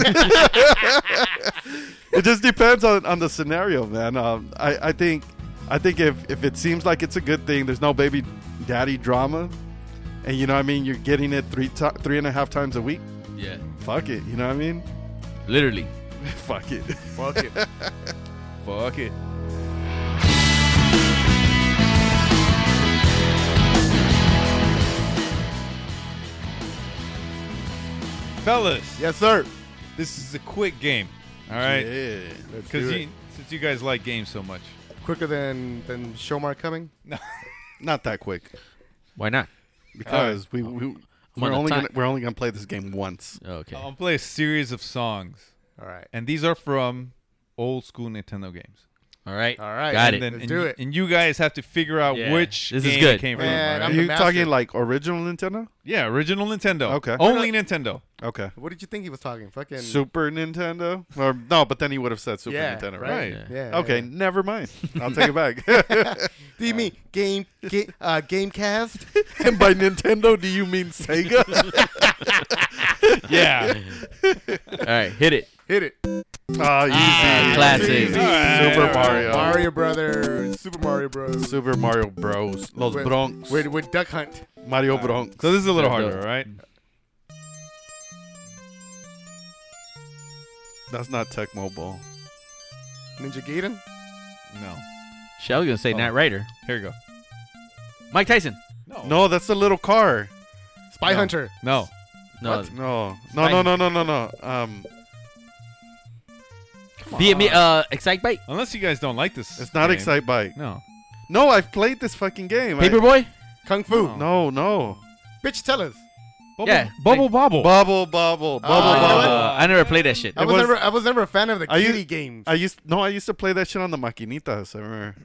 It just depends on, on the scenario, man. Um, I, I think, I think if if it seems like it's a good thing, there's no baby daddy drama, and you know what I mean. You're getting it three ti three and a half times a week. Yeah, Fuck it, you know what I mean. literally. Fuck it. Fuck it. Fuck it. Fellas, Yes, sir. this is a quick game. All right? Yeah. Let's Because do it. since you guys like games so much. quicker than than Shomar coming. Not that quick. Why not? Because we, we on we're the only time. gonna, we're only gonna play this game once. Okay. I'll play a series of songs, All right. and these are from old school Nintendo games. All right. All right. Got and it. Then, Let's and do you- it. And you guys have to figure out Yeah. which This is game good. it came Man, from. I'm Are Right? the you master. talking like original Nintendo? Yeah, original Nintendo. Okay. Only Nintendo. Okay. What did you think he was talking? Fucking. Super Nintendo? Or no, but then he would have said Super Yeah, Nintendo, right. right? Yeah. yeah. Okay, yeah. never mind. I'll take it back. and Do you mean game ga- uh, Gamecast? by Nintendo, do you mean Sega? Yeah. All right. Hit it. Hit it. Ah, easy. classic. Easy. All Super Mario. Mario Brothers, Super Mario Bros. Super Mario Bros. Los With- Bronx. With, with Duck Hunt. Mario Bronx. So this is a little Yeah, harder, those- all right? That's not Tech Mobile. Ninja Gaiden. No. Shell's gonna say Knight Rider. Here we go. Mike Tyson. No, that's the little car. Spy Hunter. No. No. No. No, no, no, no, no, no. Um, Via me. Uh, Excite Bite. Unless you guys don't like this. it's not game. Excite Bike. No. No, I've played this fucking game. I- Paperboy. Kung Fu. No, no. Bitch, tell us. Bubble, Yeah. Bubble Bobble. Bubble, bubble, bubble, you know bubble. Uh, I never played that shit. I It was, was- never I was never a fan of the Are you- kitty games. I used no, I used to play that shit on the maquinitas. I remember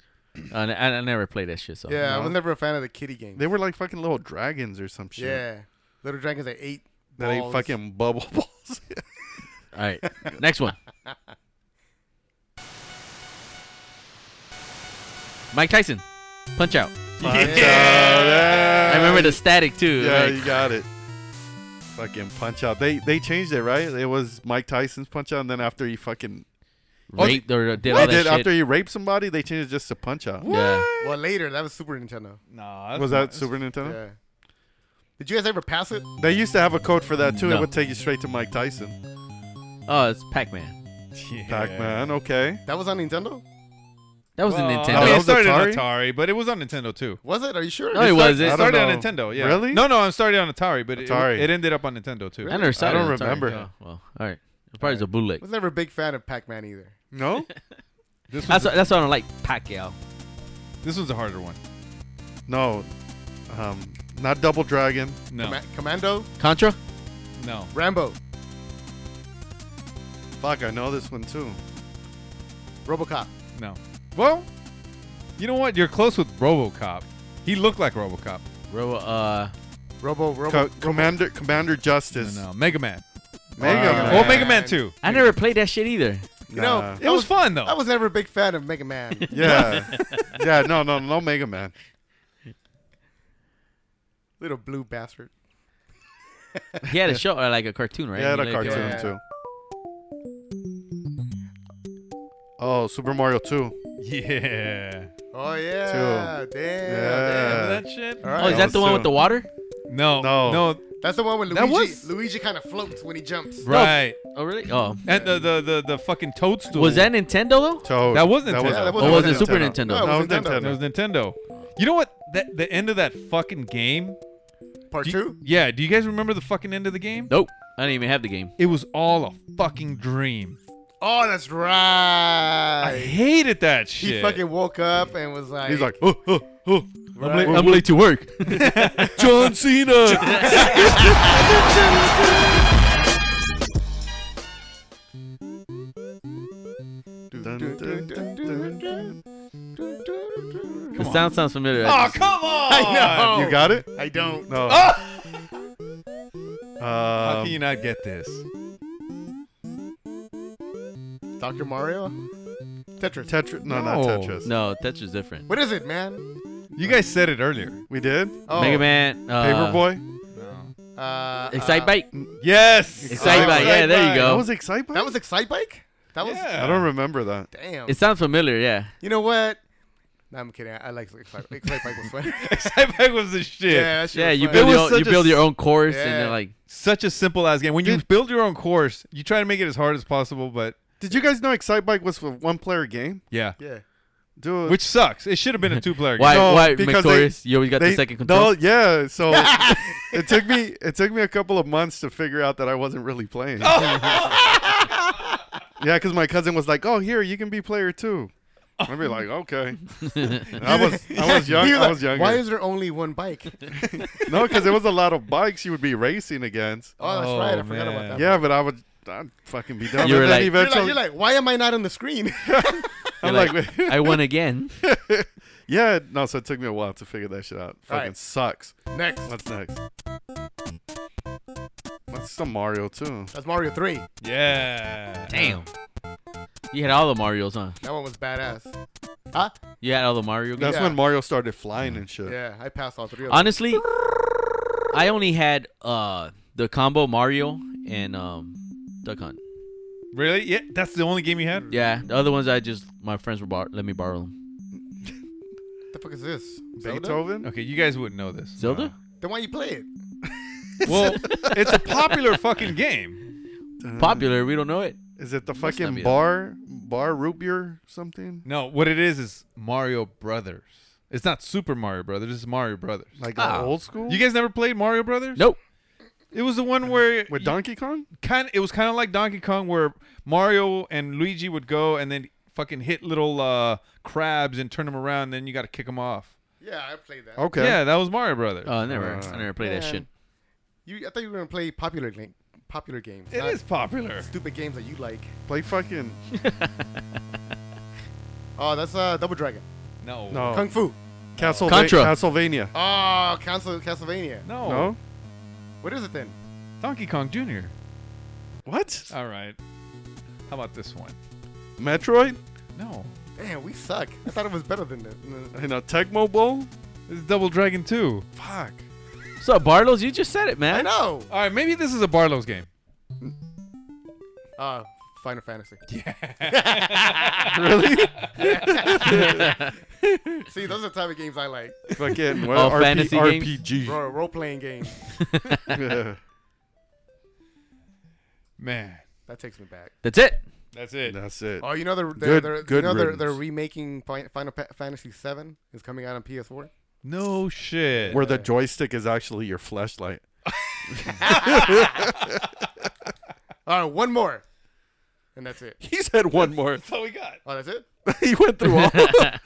I, Uh, I, I never played that shit. So yeah, I no. was never a fan of the kitty games. they were like fucking little dragons or some shit. yeah. Little Dragons I ate. that ate balls. fucking bubble balls. All right. Next one. Mike Tyson. Punch out. Punch out, yeah. I remember the static too. Yeah, like- you got it. Fucking punch out. They they changed it right. It was Mike Tyson's punch out, and then after he fucking raped or did all they that did shit. after he raped somebody, they changed it just to punch out. yeah. Well, later that was Super Nintendo. No. Was that Super Nintendo? Yeah. Did you guys ever pass it? They used to have a code for that too. It No. would take you straight to Mike Tyson. Oh, it's Pac Man. Pac-Man. Okay. That was on Nintendo? That was a Well, Nintendo. I mean, Oh, it that was started on Atari? Atari, but it was on Nintendo too. Was it? Are you sure? No, Oh, it I wasn't. don't started on know. Nintendo. Yeah. Really? No, no. It started on Atari, but Atari. It, it ended up on Nintendo too. I never saw I it don't on Atari. remember. Oh, well, all right. It's probably just a bootleg. Was never a big fan of Pac-Man either. No. This That's was why- that's why I don't like Pacquiao. this was a harder one. No. Um, not Double Dragon. No, Comma- Commando, Contra. no. Rambo, Fuck, I know this one too. RoboCop. No. Well, you know what? You're close with RoboCop. He looked like RoboCop. Robo. Uh, Robo, Robo. Co- Commander Commander Justice. No, no, Mega Man. Mega Uh, Man. Well, Mega Man Man. 2. I never played that shit either. You know, It was fun though. I was never a big fan of Mega Man. Yeah. yeah. No. No. No. Mega Man. Little blue bastard. He had a show or like uh, a cartoon, right? He Yeah, the let it go. cartoon yeah. too. Oh, Super Mario 2. yeah. Oh yeah, damn. Yeah. damn. Remember that shit? All Oh, right. is that the one Cartoon. with the water? No, No. no. Oh, That's the one with That Luigi. was- Luigi kind of floats when he jumps. Right. Oh, really? Oh, And the, the the the fucking toadstool. was that Nintendo though? Toad. That was Nintendo. Yeah, That was, that Or Oh, was it Super Nintendo? No, it No, was it was Nintendo. It was Nintendo. You know what? That the end of that fucking game. Part Do you- two. yeah. Do you guys remember the fucking end of the game? Nope. I didn't even have the game. It was all a fucking dream. Oh, that's I right. hated that He shit. fucking woke up and was like, He's like, oh, oh, oh. right. I'm late to work. John Cena. the sound sounds familiar. oh come on! I know. Oh, you got it? I don't. No. How Um, can you not get this? Dr. Mario? Tetris. Tetris? No, No. not Tetris. No, Tetris different. What is it, man? You guys said it earlier. We did. Oh, Mega Man. Uh, Paperboy. Uh, Excite Bike. Yes. Excitebike, yeah, there you That go. was Excitebike. Uh, that was Excite Bike? That was. Yeah. I don't remember that. Damn. It sounds familiar, yeah. you know what? No, I'm kidding. I, I like Excite, Excite Bike was fun. Excitebike was the shit. yeah, that shit Yeah, was you fun. build was your own, you such a build your s- own course and Yeah. then like Such a simple ass game. When you build your own course, you try to make it as hard as possible, but Did you guys know Excitebike was a one-player game? yeah. Yeah. Dude, Which sucks. It should have been a two player why game. No, why because McTorres, you always got They- the second control. No, yeah. So it took me it took me a couple of months to figure out that I wasn't really playing. Oh. yeah, because my cousin was like, "Oh, here you can be player too." I'd be like, "Okay." I was I was young. He was I like, was younger. Why is there only one bike? Oh, that's no, because there was a lot of bikes you would be racing against. Oh, right. I forgot man. about that. Yeah, but I would I'd fucking be dumb. You were and like- then You're like, eventually, you're like, why am I not on the screen? You're I'm like, like, I won again. yeah, no. So it took me a while to figure that shit out. Fucking right. sucks. Next. What's next? That's some Mario too. That's Mario 3. Yeah. Damn. You had all the Mario's, huh? That one was badass. Huh? You had all the Mario games. That's Yeah. when Mario started flying and shit. Yeah, I passed all three of them. Honestly, I only had uh the combo Mario and um Duck Hunt. Really? Yeah. That's the only game you had? Yeah, the other ones I just my friends were bar- let me borrow them. what the fuck is this? Zelda? Beethoven? Okay, you guys wouldn't know this. Zelda? Then why you play it? Well, it's a popular fucking game. Popular, we don't know it. Is it the not fucking be bar bar root beer something? No, what it is is Mario Brothers. It's not Super Mario Brothers, it's Mario Brothers. Like Ah. the old school? You guys never played Mario Brothers? Nope. It was the one where with Donkey Kong? kind of it was kind of like Donkey Kong where Mario and Luigi would go and then fucking hit little uh, crabs and turn them around and then you got to kick them off. Yeah, I played that. Okay. Yeah, that was Mario Brothers. Oh, I never I never played that Man. shit. You, I thought you were gonna play popular game, popular games. it not is popular. stupid games that you like. Play fucking Oh, that's uh, Double Dragon, No. no Kung Fu. Castleva- Contra. Castlevania. Oh, Council Castlevania. No. No? What is it then? Donkey Kong Jr. What? All right. How about this one? Metroid? No. Damn, we suck. I thought it was better than that. You know, Tecmo Bowl? This is Double Dragon 2. Fuck. So Barlos, you just said it, man. I know. All right, maybe this is a Barlow's game. Uh, Final Fantasy. really? See, those are the type of games I like. Fucking what? All RP, fantasy games? RPG. Role playing games. Yeah. Man, That takes me back. That's it. that's it. That's it. Oh, you know they're they're, Good- they're good you know they're, riddance. they're remaking Fi- Final Pa- Fantasy VII is coming out on PS4. No shit. Where the joystick is actually your flashlight. All right, one more, and that's it. He said one more. That's all we got. Oh, that's it. he went through all.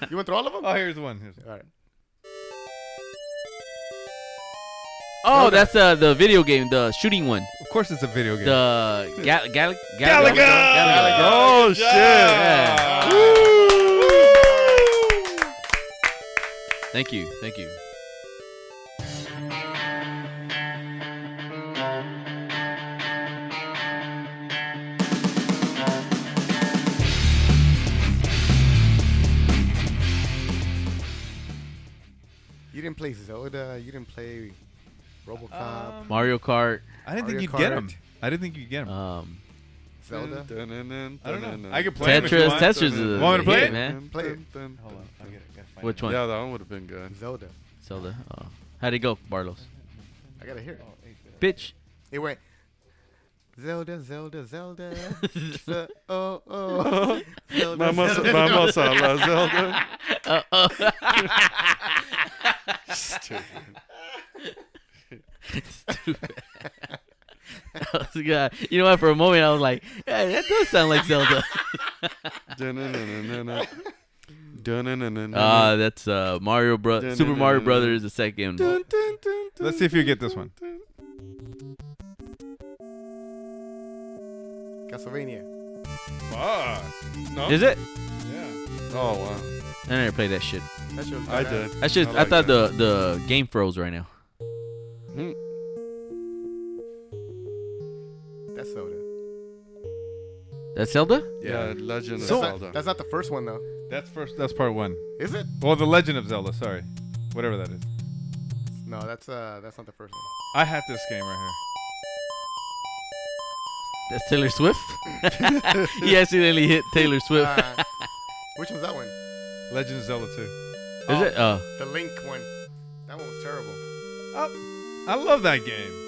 You went through all of them. Oh, here's one. Here's one. All right. Oh, that's uh, the video game, the shooting one. Of course, it's a video game. The Gal Gal Galaga. Galaga! Galaga. oh shit! Yeah. Thank you, thank you. You didn't play Zelda. You didn't play RoboCop. Um, Mario Kart. I didn't Mario think you'd get Kart. him. I didn't think you'd get him. Um, mm, Zelda. I don't know. I could play him if you Tetris. want. Tetris is a Want me to play hit, it? man. Play it. Hold on. I get it. I gotta find Which it. one? Yeah, that one would have been good. Zelda. Zelda. Oh. How'd it go, Barlos? I gotta hear it. Oh, Bitch. It went. Zelda, Zelda, Zelda. Ze- oh, oh. Zelda, Mama, Zelda. mama sala Zelda. Uh, Stupid. Stupid. I was like, uh, you know what? For a moment, I was like, yeah, that does sound like Zelda. Dun-dun-dun-dun-dun. Dun-dun-dun-dun-dun. Ah, that's uh, Mario Bro- Dun, Super dun, Mario dun, dun, dun. Brothers, the second. Dun-dun-dun-dun. Let's see if you get this one. Castlevania. Fuck. No. Is it? Oh wow, I never played that shit. That shit was I badass. did. That's just. I, like thought that. the the game froze right now. That's Zelda. That's Zelda. Yeah, Legend of That's, not, Zelda. that's not the first one, though. That's first. That's part one. Is it? Well, The Legend of Zelda. Sorry, whatever that is. No, that's uh, that's not the first one. I had this game right That's Taylor Swift. he accidentally hit Taylor Swift. Uh, which was that one? here. Legend of Zelda 2. Is it? Uh, The Link one. That one was terrible. Oh, I love that game.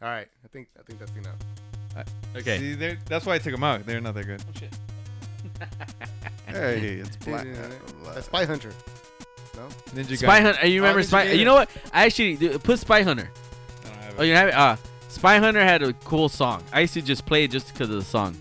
All right, I think I think that's enough. okay. See, they're- that's why I took them out. They're not that good. hey, it's black. That's Spy Hunter. Ninja Spy Gaiden. Hunter. You remember Ninja Spy? Gaiden. You know what? I actually dude, put Spy Hunter. I don't have Oh, it. you have it. Uh, Spy Hunter had a cool song. I used to just play it just because of the song.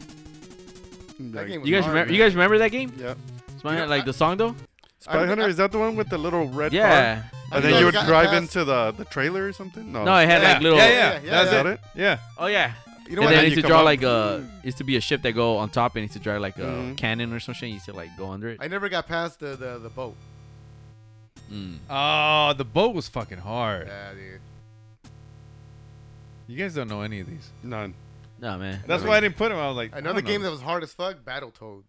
That game was You guys hard, remember? man. You guys remember that game? Yeah. Spy Hunter, like the song though. Spy Hunter is that the one with the little red? car? Yeah. And Yeah, then you we would got drive past- into the the trailer or something. No. No, it had yeah. like little. yeah, yeah, Yeah, That's yeah. it. Yeah. Oh yeah. You know And what? then how it you used to come draw up- like a. it Used to be a ship that go on top and it used to draw like a Mhm. cannon or something. You used to like go under it. I never got past the the, the boat. Mm. Oh, the boat was fucking hard. Yeah, dude. You guys don't know any of these. None. No man. That's why I didn't put them. I was like, Another game that was hard as fuck, Battletoads.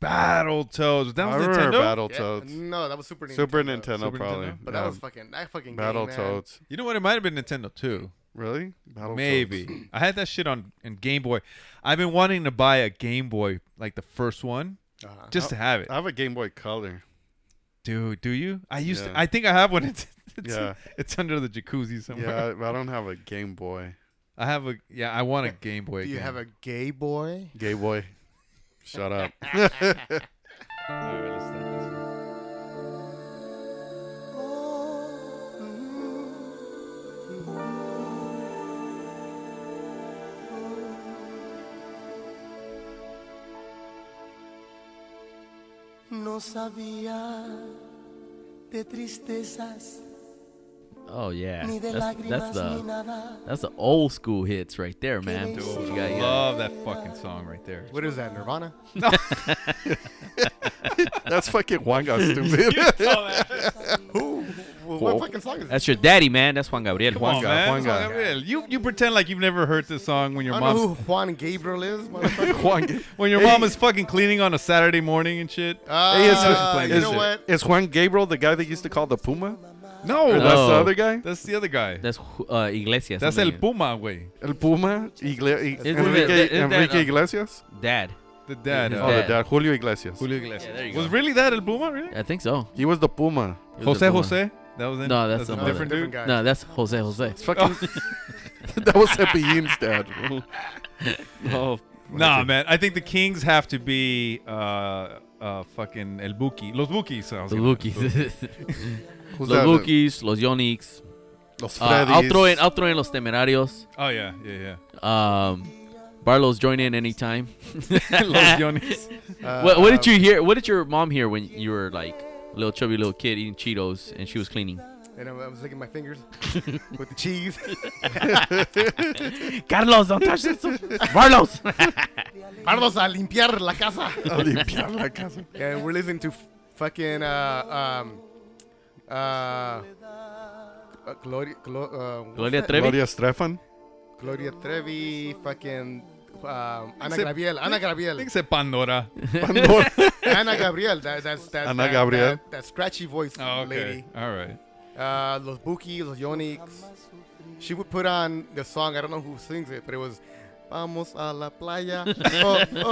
Battletoads. That I was remember Nintendo. Battletoads. No, that was Super Nintendo. Super Nintendo, Super probably. Nintendo? But Yeah. that was fucking that fucking Game, man. Battletoads. You know what? It might have been Nintendo too. Really? Battletoads. Maybe. I had that shit on in Game Boy. I've been wanting to buy a Game Boy, like the first one, Uh-huh. just to have it. I have a Game Boy Color. Dude, do you? I used to. Yeah. I think I have one. It's it's, Yeah. it's under the jacuzzi somewhere. Yeah, I I don't have a Game Boy. I have a. Yeah, I want a Game Boy. Do you game. have a gay boy? Gay Boy. Shut up. No sabía de tristezas Oh yeah. ni de That's, lágrimas that's ni the. nada. That's the old school hits right there, man. You got- you got- Love that fucking song right there. What is that, Nirvana? That's fucking Wanga stupid. Well, Whoa. what fucking song is that? That's your daddy, man. That's Juan Gabriel. Come on, man. Juan guy. Juan Gabriel. You you pretend like you've never heard this song when I your don't know mom's who Juan Gabriel is. motherfucker. Juan, Ga- when your Hey. Uh, mom is fucking cleaning on a Saturday morning and shit. Ah, Hey, is, you is- know what? is Juan Gabriel the guy they used to call the Puma? No, Or that's, that's the No. other guy? that's the other guy. That's Ju- uh, Iglesias. That's El something. Puma, güey. El Puma? Igle- I- it- Enrique, is that, Enrique uh, Iglesias? Dad. The dad. His uh, Oh, the Dad. dad. Julio Iglesias. Julio Iglesias. Yeah, there you was go. really that El Puma, really? I think so. He was the Puma. It was Jose El Puma. Jose? That was in, No, that's a another. different dude. Oh. Different guy. No, that's Jose Jose. It's fucking. that was Cepillin's dad. Oh, Nah, man. I think the Kings have to be uh, uh, fucking El Buki. Los Bukis. I was the gonna- Bookies. Los Who's that? Bookies, Los Yonix. Los Uh, I'll Freddies. throw in I'll throw in Los Temerarios. Oh, yeah, yeah, Um, Barlow's join in anytime. yeah. Los Yonis. what, what um, did you hear? What did your mom hear when you were like a little chubby little kid eating Cheetos and she was cleaning? And I I was licking my fingers with the cheese. Carlos, don't touch this. Barlow's. Vamos a limpiar la casa. A limpiar la casa. and we're listening to f- fucking uh um uh, uh Gloria Glo- uh, what's Gloria that? Trevi. Gloria Stefan. Gloria Trevi, fucking um, Ana Gabriel, Ana I think Gabriel, it's a Pandora. Pandora. Ana Gabriel. That, that's that, Ana that, Gabriel. That, that scratchy voice Oh, okay. lady. All right. Uh, Los Buki, Los Yonix. She would put on the song. I don't know who sings it, but it was "Vamos a la playa." oh, oh, oh,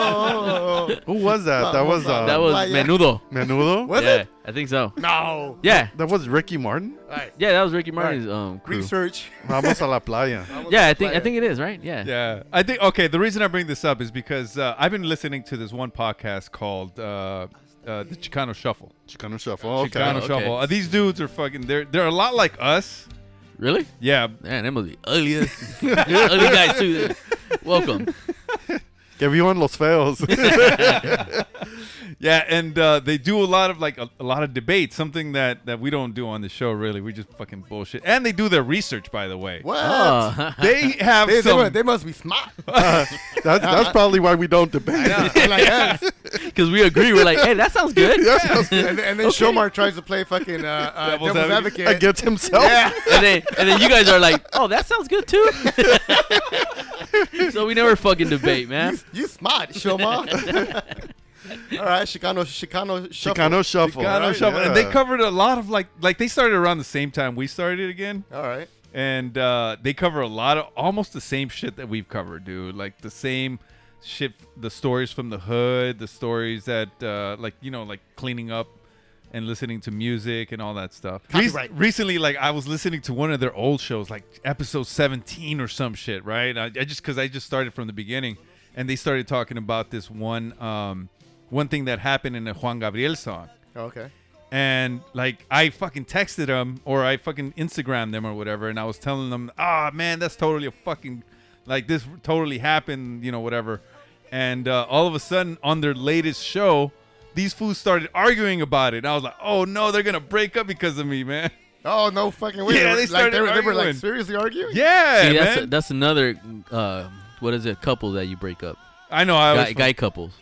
oh. Who was that? That was uh, That was Vaya. Menudo. Menudo. Was yeah, it? I think so. No. Yeah, That was Ricky Martin. yeah, that was Ricky Martin's um crew. Research. Vamos a la playa. Yeah, I think I think it is right. Yeah. Yeah, I think okay. The reason I bring this up is because uh, I've been listening to this one podcast called uh, uh, the Chicano Shuffle. Chicano shuffle. Okay. Chicano okay. Shuffle. Uh, these dudes are fucking. They're they're a lot like us. Really? Yeah. Man, that must be ugly. as- ugly guys too. Welcome. Que vivan los feos. Yeah, and uh, they do a lot of like a, a lot of debate, something that that we don't do on the show. Really, we just fucking bullshit. And they do their research, by the way. What? Oh. They have They, they mu- some. they must be smart. that's that's probably why we don't debate. I'm like, yes. Because we agree. We're like, hey, that sounds good. and, and then Shomar tries to play fucking uh, uh, Devil's devil's, advocate. advocate. Against himself. Yeah. And then, and then you guys are like, oh, that sounds good too. so we never fucking debate, man. You smart, Shomar. All right, Chicano, Chicano, shuffle. Chicano shuffle. Chicano Right, Shuffle, and yeah. they covered a lot of like like they started around the same time we started again. All right. and uh, they cover a lot of almost the same shit that we've covered, dude. Like the same shit, the stories from the hood, the stories that uh, like you know, like cleaning up and listening to music and all that stuff. Re- Copyright. recently, like I was listening to one of their old shows, like episode seventeen or some shit, right? I, I just because I just started from the beginning, and they started talking about this one um, one thing that happened in a Juan Gabriel song Oh, Okay. and like I fucking texted them or I fucking Instagrammed them or whatever, and I was telling them, ah man, that's totally a fucking like this totally happened, you know, whatever. And uh, all of a sudden, on their latest show, these fools started arguing about it. And I was like, oh no, they're gonna break up because of me, man. Oh no, fucking way. Yeah, they Like, started they, were, they were arguing. like seriously arguing. Yeah, See, that's, man. that's another, uh, what is it, couple that you break up? I know. I was Guy, guy couples.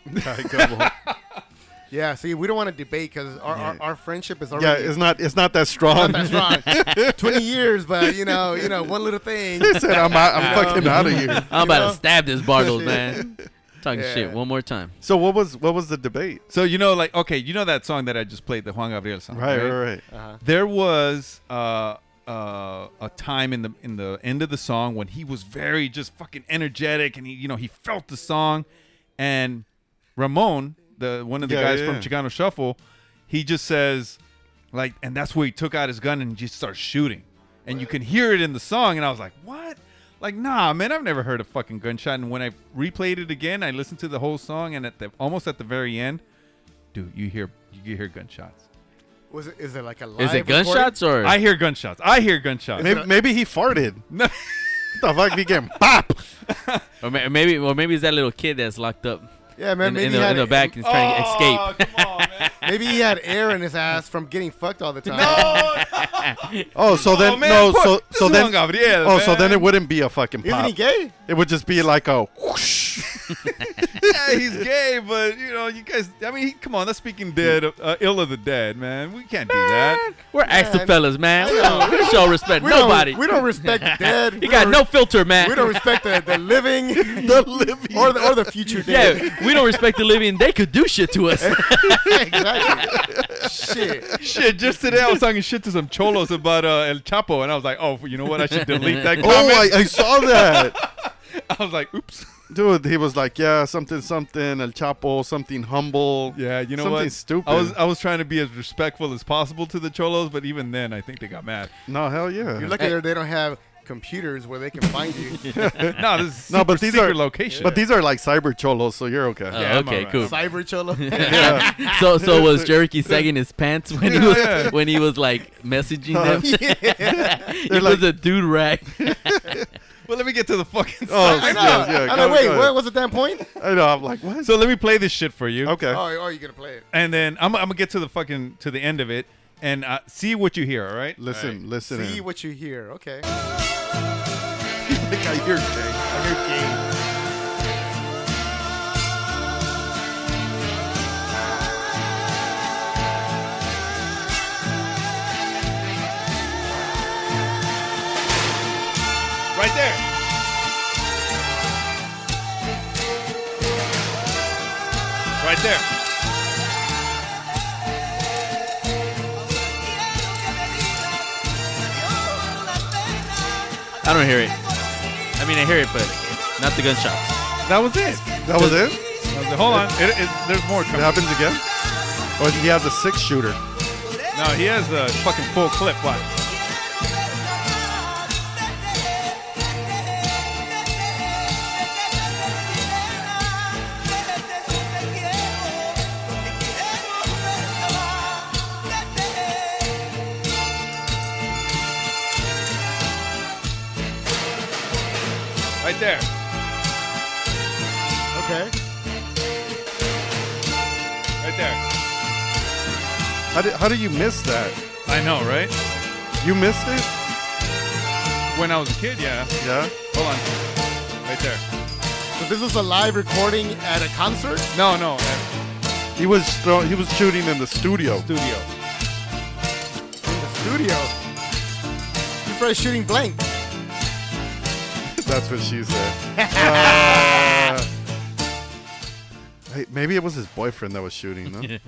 Yeah. See, we don't want to debate because our, our, our friendship is Yeah, already. it's not it's not that strong. that's wrong. Twenty years, but you know, you know, one little thing. He said, I'm, out, I'm fucking out of here. I'm about to know? stab this Bartles, man. Talking shit Yeah. one more time. So what was what was the debate? so you know, like okay, you know that song that I just played, the Juan Gabriel song, Right, right, right. there was uh, uh, a time in the in the end of the song when he was very just fucking energetic and he you know he felt the song and Ramon the one of the Yeah, guys yeah, from yeah. Chicano Shuffle he just says like and that's where he took out his gun and just starts shooting and you can hear it in the song and I was like what like nah man I've never heard a fucking gunshot and when I replayed it again I listened to the whole song and at the almost at the very end dude you hear you hear gunshots Was it? Is it like a live? Is it recording? gunshots or? I hear gunshots. I hear gunshots. Maybe, maybe he farted. No. What the fuck? He came pop. Or ma- maybe, or maybe it's that little kid that's locked up Yeah, man. in, maybe in he the, had in the back and is trying to Oh, escape. Maybe he had air in his ass from getting fucked all the time. Oh, so then no, so so then Gabriel, oh, so then it wouldn't be a fucking Isn't pop. he gay? It would just be like a Oh, whoosh. yeah, he's gay, but you know, you guys. I mean, he, come on, that's speaking dead, uh, ill of the dead, man. We can't do that. We're ask the Man. fellas, man. We don't, we don't show respect We nobody. Don't, we don't respect the dead. You we got don't no filter, man. We don't respect the, the living, the living, or the or the future dead. yeah, we don't respect the living. They could do shit to us. exactly. Shit. shit, just today I was talking shit to some cholos about uh, El Chapo, and I was like, oh, you know what? I should delete that Oh, comment. I, I saw that. Oh. I, was like, oops. Dude, he was like, yeah, something, something, El Chapo, something humble. Yeah, you know something what? stupid. I was I was trying to be as respectful as possible to the cholos, but even then, I think they got mad. no, hell yeah. You're lucky they don't have computers where they can find you. no, this is No, super but these are- secret location. But these are like cyber cholos, so you're okay. Oh, Yeah, I'm okay, alright. cool. Cyber cholo. So, so was Jericho sagging his pants when he was when he was like messaging them? he was like- a dude rag. well, let me get to the fucking. Oh, side. I know. yes, yeah, I'm go- like, wait, go what was the damn point? ahead. I know. I'm like, what? So let me play this shit for you. Okay. Oh, oh, you're gonna play it. and then I'm, I'm gonna get to the fucking to the end of it and uh, see what you hear. All right. Listen, listen. See in. what you hear. Okay. I think I hear Jake. right there. Right there. I don't hear it. I mean, I hear it, but not the gunshots. That was it. That was it? Hold on. It, it, there's more It coming. happens again? Or he has a six shooter. No, he has a fucking full clip. Watch. Right there. Okay. Right there. How did, how do you miss that? I know, right? You missed it? When I was a kid, yeah. Yeah. Hold on. Right there. So this was a live recording at a concert. No, no. at He was throw, he was shooting in the studio. Studio. in the studio. He's probably shooting blank. That's what she said. Uh, hey, maybe it was his boyfriend that was shooting them.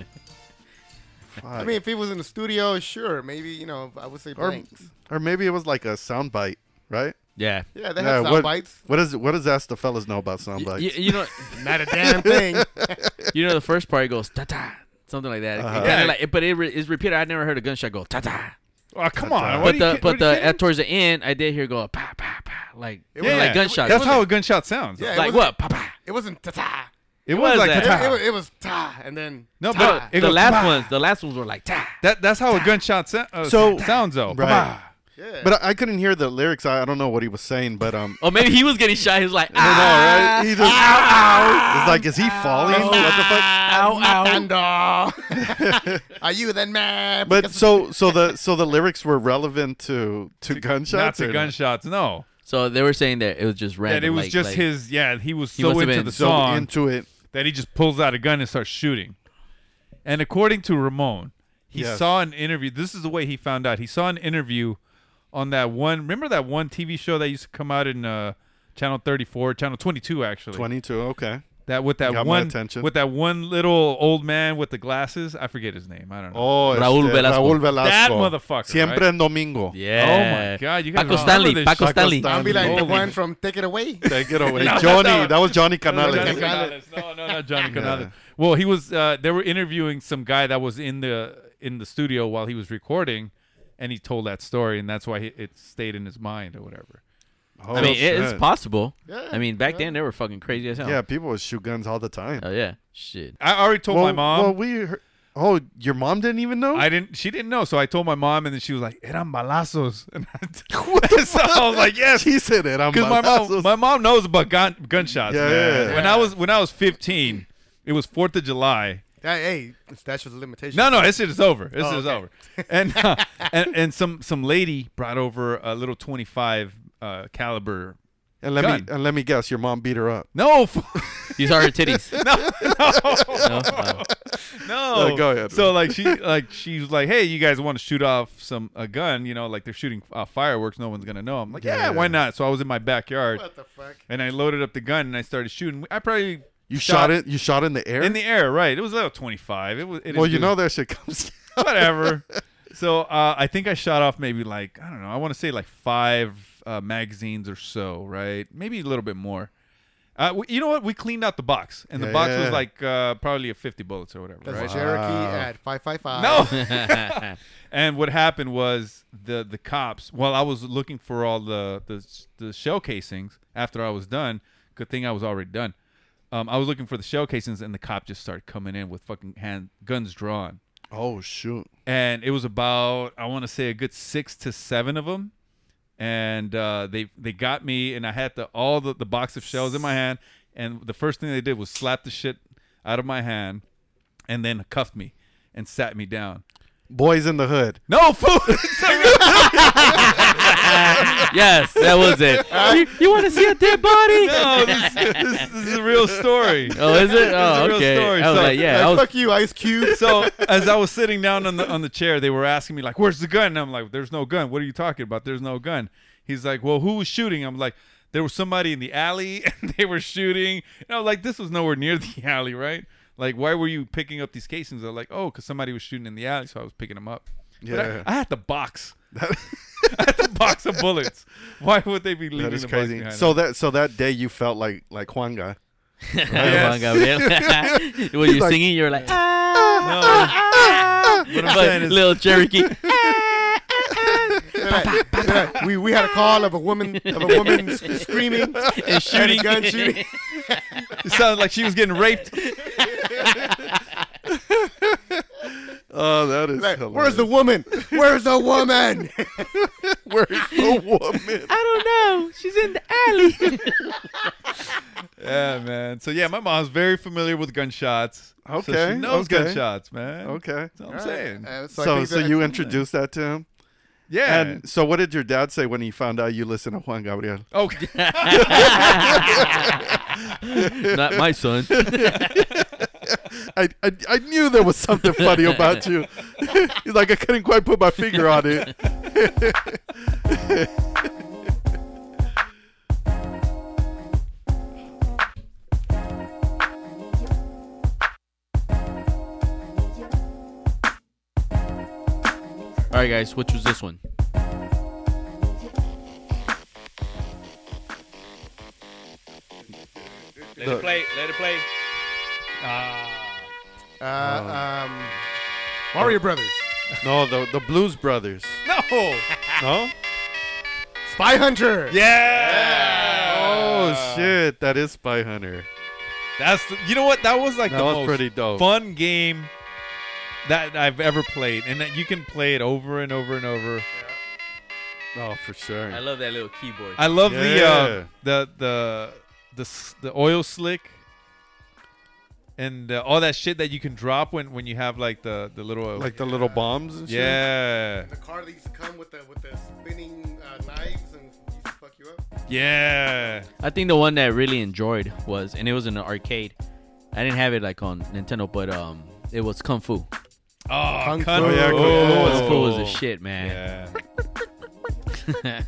I mean, if he was in the studio, sure, maybe you know, I would say or, blanks. or maybe it was like a sound bite, right? Yeah. yeah, they had sound what, bites. What is what does ask the fellas know about sound Y- bites? You, you know, Not a damn thing. you know the first part goes ta ta, something like that. It Uh-huh. kinda Yeah. like- but it re- is repeated. I never heard a gunshot go ta ta. Oh, come on. What are But you the kid- what but are you the kidding? at towards the end, I did hear go pa pa pa like yeah, like gunshots. That's how a gunshot sounds. Yeah, it like wasn't- what pa pa. It wasn't ta ta. It was was like that. ta-ta. It, was- it was ta, and then No, ta. but it the goes last pa. ones, the last ones were like ta. That that's how a gunshot sa- uh, So- sounds though. Right. yeah. But I, I couldn't hear the lyrics. I, I don't know what he was saying, but um, Oh, maybe he was getting shot. He was like, I don't ah, know, right? He just, it's like, is he falling? Oh, What the fuck? ow, Oh. ow. Matando. Are you then mad? But so so the so the lyrics were relevant to to gunshots. Not to or gunshots. No. So they were saying that it was just random. That it was like- just like- his. Yeah, he was He so must have into been the So song into it. that he just pulls out a gun and starts shooting. And according to Ramon, he Yes. saw an interview. This is the way he found out. He saw an interview on that one. Remember that one TV show that used to come out in uh, Channel 34, Channel 22 actually. Twenty two. Okay. That with that Got my one attention. with that one little old man with the glasses. I forget his name. I don't know. Oh, Raúl este, Velasco. Raúl Velasco. That motherfucker, Siempre right? en domingo. Yeah. Oh my God, you guys Paco remember Stanley. this Paco shit. Oh Stanley. I'll be like the Holy- one from Take It Away. Oh, Take it away, No, Johnny. no, no. That was Johnny Canales. Johnny Canales. Canales. No, no, not Johnny Canales. Well, he was. Uh, they were interviewing some guy that was in the in the studio while he was recording, and he told that story, and that's why he, it stayed in his mind or whatever. Oh, I mean, it, it's shit. possible. Yeah, I mean, back then they were fucking crazy as hell. Yeah, people would shoot guns all the time. Oh yeah. Shit. I already told my well, mom. Well, we. Heard, oh, your mom didn't even know. I didn't. She didn't know, so I told my mom, and then she was like, "Eran balazos." And I, so I was like, "Yes." She said it. I'm because my mom balazos. my mom knows about gun, gunshots. Yeah, man. yeah. When I was when I was 15, it was Fourth of July. That- hey, that's just a limitation. No, no, this shit is over. Oh, This is okay. over. And, uh, and and some some lady brought over a little 25 uh, caliber. And let Gun. me and let me guess. Your mom beat her up. No, f- You saw her titties. no. No? no. Uh, go ahead. So like she like she was like, hey, you guys want to shoot off some a gun? You know, like they're shooting uh, fireworks. No one's gonna know. I'm like, yeah, Yeah. why not? So I was in my backyard What the fuck? and I loaded up the gun and I started shooting. I probably You shot, it. You shot in the air. in the air, right? It was about 25. It was. It well, is- you know that shit comes. whatever. So uh, I think I shot off maybe like I don't know. I want to say like five uh, magazines or so, right? Maybe a little bit more. Uh, we, you know what? We cleaned out the box, and the Yeah, box yeah. was like uh, probably a fifty bullets or whatever, That's right? Cherokee at five five five. Oh. No. and what happened was the the cops. While I was looking for all the the, the shell casings after I was done, good thing I was already done. Um, I was looking for the shell casings, and the cop just started coming in with fucking hand guns drawn, Oh shoot! and it was about I want to say a good six to seven of them, and uh, they they got me, and I had the all the, the box of shells in my hand, and the first thing they did was slap the shit out of my hand, and then cuffed me and sat me down. Boys in the hood. No food. yes, that was it. you want to see a dead body? no, this, this, this is a real story. Oh, is it? a Oh, real okay. story, I was so- like, yeah, I Like, was. fuck you, Ice Cube. So as I was sitting down on the on the chair, they were asking me like, "Where's the gun?" And I'm like, "There's no gun. What are you talking about? There's no gun." He's like, "Well, who was shooting?" I'm like, "There was somebody in the alley, and they were shooting." And I was like, "This was nowhere near the alley, right?" Like, why were you picking up these casings? They're like, oh, because somebody was shooting in the alley, so I was picking them up. But I- Yeah. I, had the box. I had the box of bullets. Why would they be leaving That is the box crazy. behind So that so that day you felt like like Juanga. Come on, Gabriel. when you're singing, you're like, ah, No, what I'm saying but is- little Cherokee. Yeah, we we had a call of a woman of a woman s- screaming and shooting. a gun shooting. It sounded like she was getting raped. Oh, that is Like, hilarious. Where's the woman? Where's the woman? where's the woman? I don't know. She's in the alley. Yeah, man. So yeah, my mom's very familiar with gunshots. so Okay, she knows okay. gunshots, man. Okay. that's all I'm saying. Uh, I So think so that- you introduced that to him. yeah. And so what did your dad say when he found out you listened to Juan Gabriel? okay. Not my son. I, I, I knew there was something funny about you. He's like, I couldn't quite put my finger on it. All right, guys, which was this one? Let it play. Let it play. Uh, um, Mario Brothers, No, the, the Blues Brothers. no. No? Spy Hunter. Yeah. Oh, shit. That is Spy Hunter. That's the, you know what that was like That the was most pretty dope. fun game that I've ever played, and that you can play it over and over and over. Oh, for sure. I love that little keyboard. I love the Yeah. uh, the the the s- the oil slick and uh, all that shit that you can drop when when you have like the the little oil. Like the little bombs and shit? yeah The car that used to come with the with the spinning uh, knives and used to fuck you up. yeah I think the one that I really enjoyed was, and it was in an arcade. I didn't have it like on Nintendo, but um, it was Kung Fu. oh Kung Kung Fu. Fu. Yeah, Kung Fu was Kung Fu was a shit, man. Oh. yeah.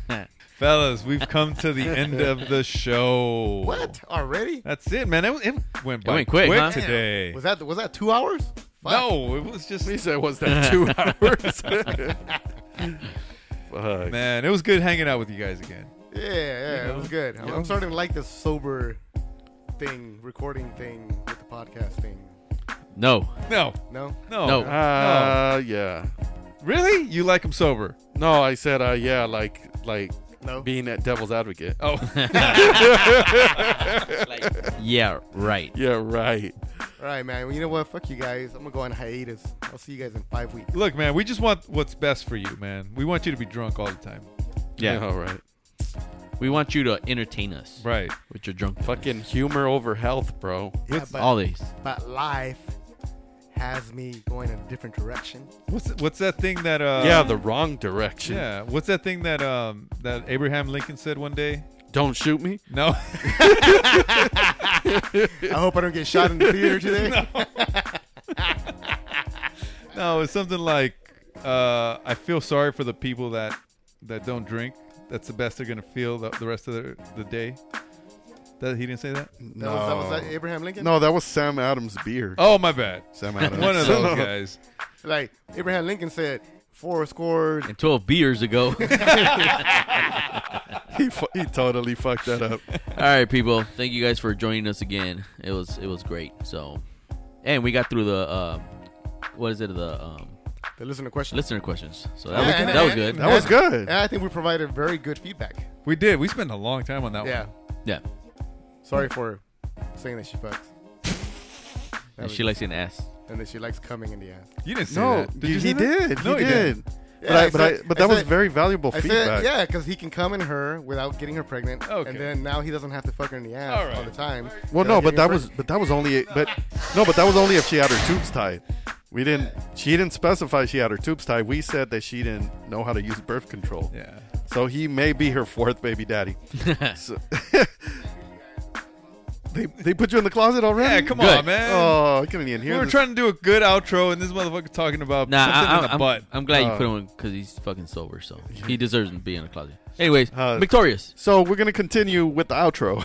fellas we've come to the end of the show What already? that's it man it, it went by went quick, huh? today Was that was that two hours? no it was just He said, was that two hours? Fuck. man it was good hanging out with you guys again Yeah, yeah, it was good. I'm, I'm starting to like this sober thing, recording thing with the podcast thing. No, no No, no No. Uh, yeah. really you like him sober No, I said, uh, yeah, like, like no. being at devil's advocate. oh yeah, right. Yeah, right. All right, man. Well, you know what? Fuck you guys. I'm gonna go on hiatus. I'll see you guys in five weeks. Look, man, we just want what's best for you, man. We want you to be drunk all the time. Yeah. All right. We want you to entertain us Right. with your drunk Fucking humor over health, bro. Yeah, but, all these. but life has me going in a different direction. What's what's that thing that uh yeah, the wrong direction. Yeah, what's that thing that um that Abraham Lincoln said one day? Don't shoot me. No. I hope I don't get shot in the theater today. no, it's something like uh I feel sorry for the people that that don't drink. That's the best they're going to feel the, the rest of the, the day. That he didn't say that? That, was, that was that Abraham Lincoln. No, that was Sam Adams beer. Oh, my bad. Sam Adams. One of those guys. Like Abraham Lincoln said, four scores. And 12 beers ago. he, fu- he totally fucked that up. All right, people. Thank you guys for joining us again. It was it was great. So, and we got through the uh, what is it? The um, The listener question. listener questions. So Yeah, that was and- that was and- good. That was good. And I think we provided very good feedback. We did. We spent a long time Oh. on that Yeah. Yeah. Sorry for saying that she fucks And she likes an ass. and that she likes coming in the ass. one. You didn't say No, that. he, you he say that? did. No, he you didn't. did. But Yeah, I, I but said- I, but I that was said- very valuable I said, feedback. yeah, because he can come in her without getting her pregnant, Okay. and then now he doesn't have to fuck her in the ass all, All right. the time. Well, without no, getting her but that pregnant. was but that was only but no, but that was only if she had her tubes tied. We didn't. She didn't specify she had her tubes tied. We said that she didn't know how to use birth control. Yeah. So he may be her fourth baby daddy. So- they they put you in the closet already. Yeah, come on, man. Oh, I couldn't even we hear. were this. trying to do a good outro, and this motherfucker talking about Nah, something in I, the I'm, butt. I'm, I'm glad you Uh, put him on because he's fucking sober, so he deserves to be in the closet. Anyways, Uh, victorious. So we're gonna continue with the outro.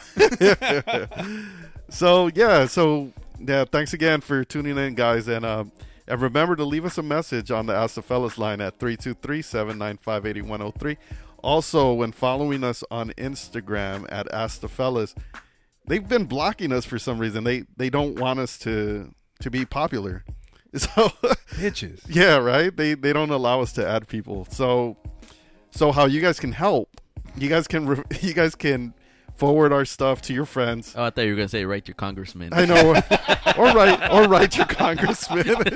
so yeah, so yeah, thanks again for tuning in, guys, and um, and remember to leave us a message on the Ask the Fellas line at 323-795-8103. Also, when following us on Instagram at Ask the Fellas, they've been blocking us for some reason. They they don't want us to to be popular. So Bitches. Yeah, right. They they don't allow us to add people. So so how you guys can help? You guys can re- you guys can forward our stuff to your friends. Oh, I thought you were gonna say write your congressman. I know, or write or write your congressman.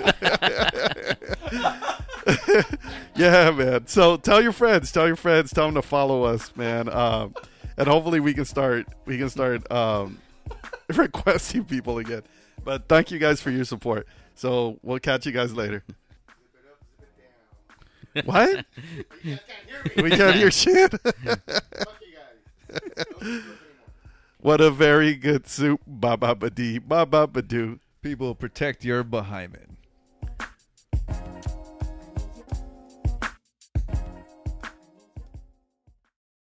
yeah, man. So tell your friends, tell your friends, tell them to follow us, man. Um, and hopefully we can start we can start um, requesting people again. But thank you guys for your support. So we'll catch you guys later. What? we can't hear shit. what a very good soup. Ba ba ba dee. Ba ba ba doo. People protect your behind it.